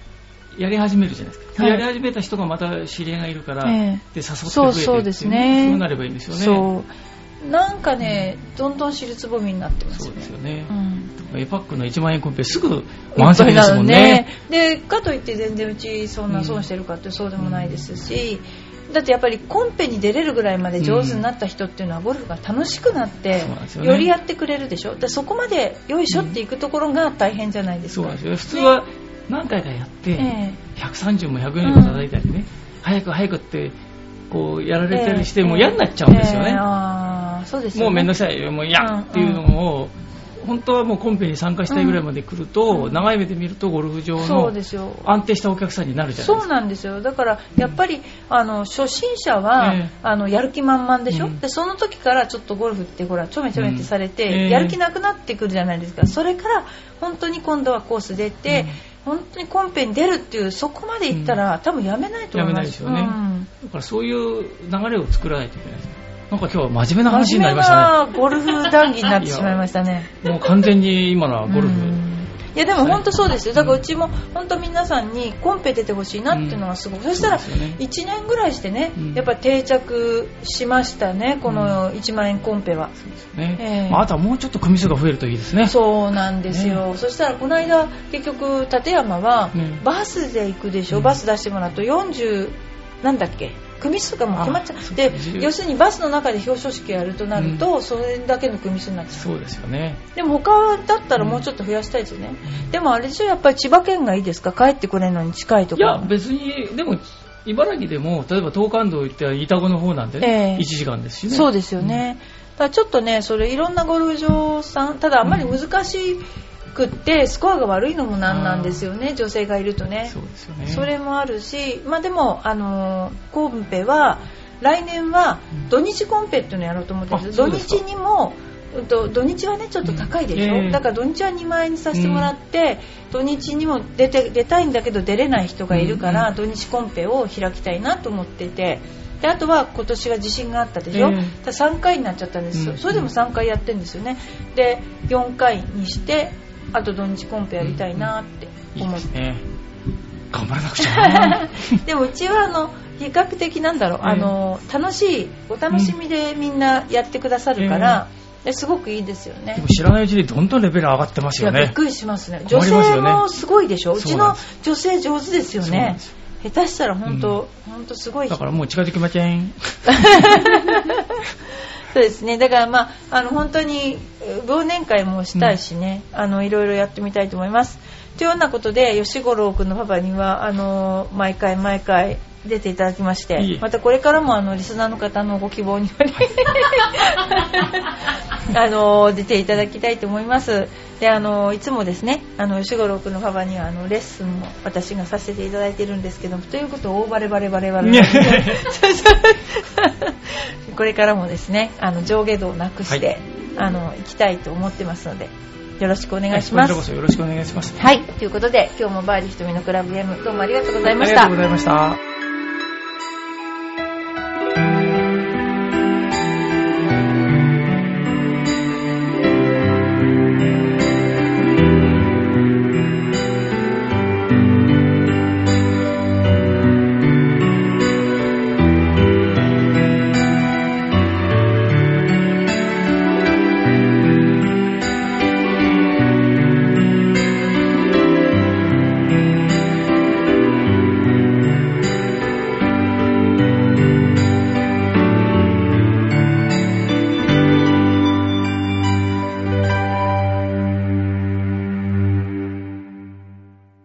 [SPEAKER 2] やり始めるじゃないですか、
[SPEAKER 1] はい
[SPEAKER 2] やり始めた人がまた知り合いがいるから、
[SPEAKER 1] え
[SPEAKER 2] で誘ってくれてってい
[SPEAKER 1] そうそうですね
[SPEAKER 2] そうなればいいんです
[SPEAKER 1] え
[SPEAKER 2] よね
[SPEAKER 1] そう。なんかね、どんどん尻つぼみになってます
[SPEAKER 2] そう
[SPEAKER 1] よ
[SPEAKER 2] です
[SPEAKER 1] ね。
[SPEAKER 2] よね
[SPEAKER 1] う、ん
[SPEAKER 2] エパックの1万円コンペすぐ満席ですもんね
[SPEAKER 1] でかといって全然うちそんな損してるかってそうでもないですし、だってやっぱりコンペに出れるぐらいまで上手になった人っていうのはゴルフが楽しくなって
[SPEAKER 2] そうなんです
[SPEAKER 1] よ,、
[SPEAKER 2] よね
[SPEAKER 1] りやってくれるでしょでそこまでよいしょっていくところが大変じゃないです
[SPEAKER 2] そう
[SPEAKER 1] か、
[SPEAKER 2] なんですよね普通は何回かやって、
[SPEAKER 1] え
[SPEAKER 2] 130も140も叩いたりね、早く早くってこうやられたりして、もう嫌になっちゃうんですよね、
[SPEAKER 1] ええああそうですよね
[SPEAKER 2] もう面倒
[SPEAKER 1] く
[SPEAKER 2] くさいよもう嫌っていうのを、本当はもうコンペに参加したいぐらいまで来ると、
[SPEAKER 1] うん
[SPEAKER 2] 長い目で見るとゴルフ場
[SPEAKER 1] そ
[SPEAKER 2] の
[SPEAKER 1] うですよ
[SPEAKER 2] 安定したお客さんになるじゃないですか
[SPEAKER 1] そうなんですよだからやっぱりあの初心者は、
[SPEAKER 2] ええ
[SPEAKER 1] あのやる気満々でしょ、
[SPEAKER 2] うん
[SPEAKER 1] でその時からちょっとゴルフってほらちょめちょめってされて、
[SPEAKER 2] うんええ
[SPEAKER 1] やる気なくなってくるじゃないですかそれから本当に今度はコース出て、本当にコンペに出るっていうそこまでいったら、多分やめないと思います
[SPEAKER 2] やめないですよ
[SPEAKER 1] うん
[SPEAKER 2] だからそういう流れを作らないといけないです。なんか今日は真面目な話
[SPEAKER 1] 真
[SPEAKER 2] にな
[SPEAKER 1] 面目
[SPEAKER 2] りました
[SPEAKER 1] なゴルフ談義になってしまいましたね。
[SPEAKER 2] ね。もう完全に今のはゴルフ。
[SPEAKER 1] うんいやでも本当そうですよだからうちも本当皆さんにコンペ出てほしいなっていうのはすごく、そしたら
[SPEAKER 2] そうですよね
[SPEAKER 1] 1年ぐらいしてね、
[SPEAKER 2] うん
[SPEAKER 1] やっぱ定着しましたねこの1万円コンペは、
[SPEAKER 2] ね
[SPEAKER 1] ええ
[SPEAKER 2] まあ、あとはもうちょっと組数が増えるといいですね。
[SPEAKER 1] そうなんですよ、そしたらこの間結局立山は
[SPEAKER 2] ね
[SPEAKER 1] バスで行くでしょ、
[SPEAKER 2] うん
[SPEAKER 1] バス出してもらうと40なんだっけ組数がもう決まっちゃ
[SPEAKER 2] あそうう
[SPEAKER 1] で
[SPEAKER 2] 自由
[SPEAKER 1] 要するにバスの中で表彰式やるとなると、それだけの組数になっちゃう
[SPEAKER 2] そうですよね。
[SPEAKER 1] でも他だったらもうちょっと増やしたいですよね、でもあれでしょやっぱり千葉県がいいですか帰ってくれるのに近いと
[SPEAKER 2] い
[SPEAKER 1] ころ
[SPEAKER 2] や、別に、でも、茨城でも、例えば東関道行ったら板子の方なんてね、
[SPEAKER 1] ええ
[SPEAKER 2] 1時間ですしね。
[SPEAKER 1] そうですよね、だからちょっとねそれいろんなゴルフ場さんただあんまり難しくってスコアが悪いのもなんなんですよね女性がいるとね
[SPEAKER 2] そうですよね。
[SPEAKER 1] それもあるしまあでもあのーコンペは来年は土日コンペっていうのをやろうと思ってるんです
[SPEAKER 2] あ
[SPEAKER 1] 土
[SPEAKER 2] そうですか
[SPEAKER 1] 日にもうんと土日はねちょっと高いでしょ、
[SPEAKER 2] うんええ
[SPEAKER 1] だから土日は2万円にさせてもらって、土日にも出て出たいんだけど出れない人がいるから、
[SPEAKER 2] うん
[SPEAKER 1] 土日コンペを開きたいなと思っててであとは今年は地震があったでしょ、
[SPEAKER 2] ええ
[SPEAKER 1] だから3回になっちゃったんですよ、
[SPEAKER 2] うん
[SPEAKER 1] それでも3回やってるんですよねで4回にしてあと土日コンペやりたいなって
[SPEAKER 2] いい
[SPEAKER 1] 思
[SPEAKER 2] で
[SPEAKER 1] っ
[SPEAKER 2] す
[SPEAKER 1] て。
[SPEAKER 2] ね。頑張らなくちゃ な。
[SPEAKER 1] でもうちはあの比較的なんだろう、
[SPEAKER 2] ええ
[SPEAKER 1] あの楽しいお楽しみでみんなやってくださるから、ですごくいいですよね。
[SPEAKER 2] でも知らないうちにどんどんレベル上がってますよ
[SPEAKER 1] いやびっ
[SPEAKER 2] ね。
[SPEAKER 1] くりしますね。
[SPEAKER 2] 困
[SPEAKER 1] 女
[SPEAKER 2] りますよ
[SPEAKER 1] 性
[SPEAKER 2] ね
[SPEAKER 1] もすごいでしょ。うち
[SPEAKER 2] そうなん
[SPEAKER 1] の
[SPEAKER 2] で
[SPEAKER 1] 女性上手ですよ
[SPEAKER 2] そうなん
[SPEAKER 1] ね
[SPEAKER 2] で。す
[SPEAKER 1] 下手したら本当、本当すごい。
[SPEAKER 2] だからもう近づきません。
[SPEAKER 1] そうですね。だからまああの本当にえー忘年会もしたいしね、あのいろいろやってみたいと思います。というようなことで吉五郎君のパパにはあの毎回毎回出ていただきまし
[SPEAKER 2] い
[SPEAKER 1] て
[SPEAKER 2] え、
[SPEAKER 1] またこれからもあのリスナーの方のご希望によ りあの出ていただきたいと思います。であのいつもですねあの吉五郎君のパパにはあのレッスンも私がさせていただいてるんですけどということを大バレバレバレバレ
[SPEAKER 2] ね
[SPEAKER 1] これからもですねあの上下動なくして、
[SPEAKER 2] はい
[SPEAKER 1] あの行きたいと思ってますのでよろしくお願いしま
[SPEAKER 2] こちらこ
[SPEAKER 1] す。
[SPEAKER 2] そよろしくお願いします。
[SPEAKER 1] はいということで今日もバーディー瞳のクラブ M どうもありがとうございま
[SPEAKER 2] あ
[SPEAKER 1] し
[SPEAKER 2] りが
[SPEAKER 1] た
[SPEAKER 2] とうご。ざいました。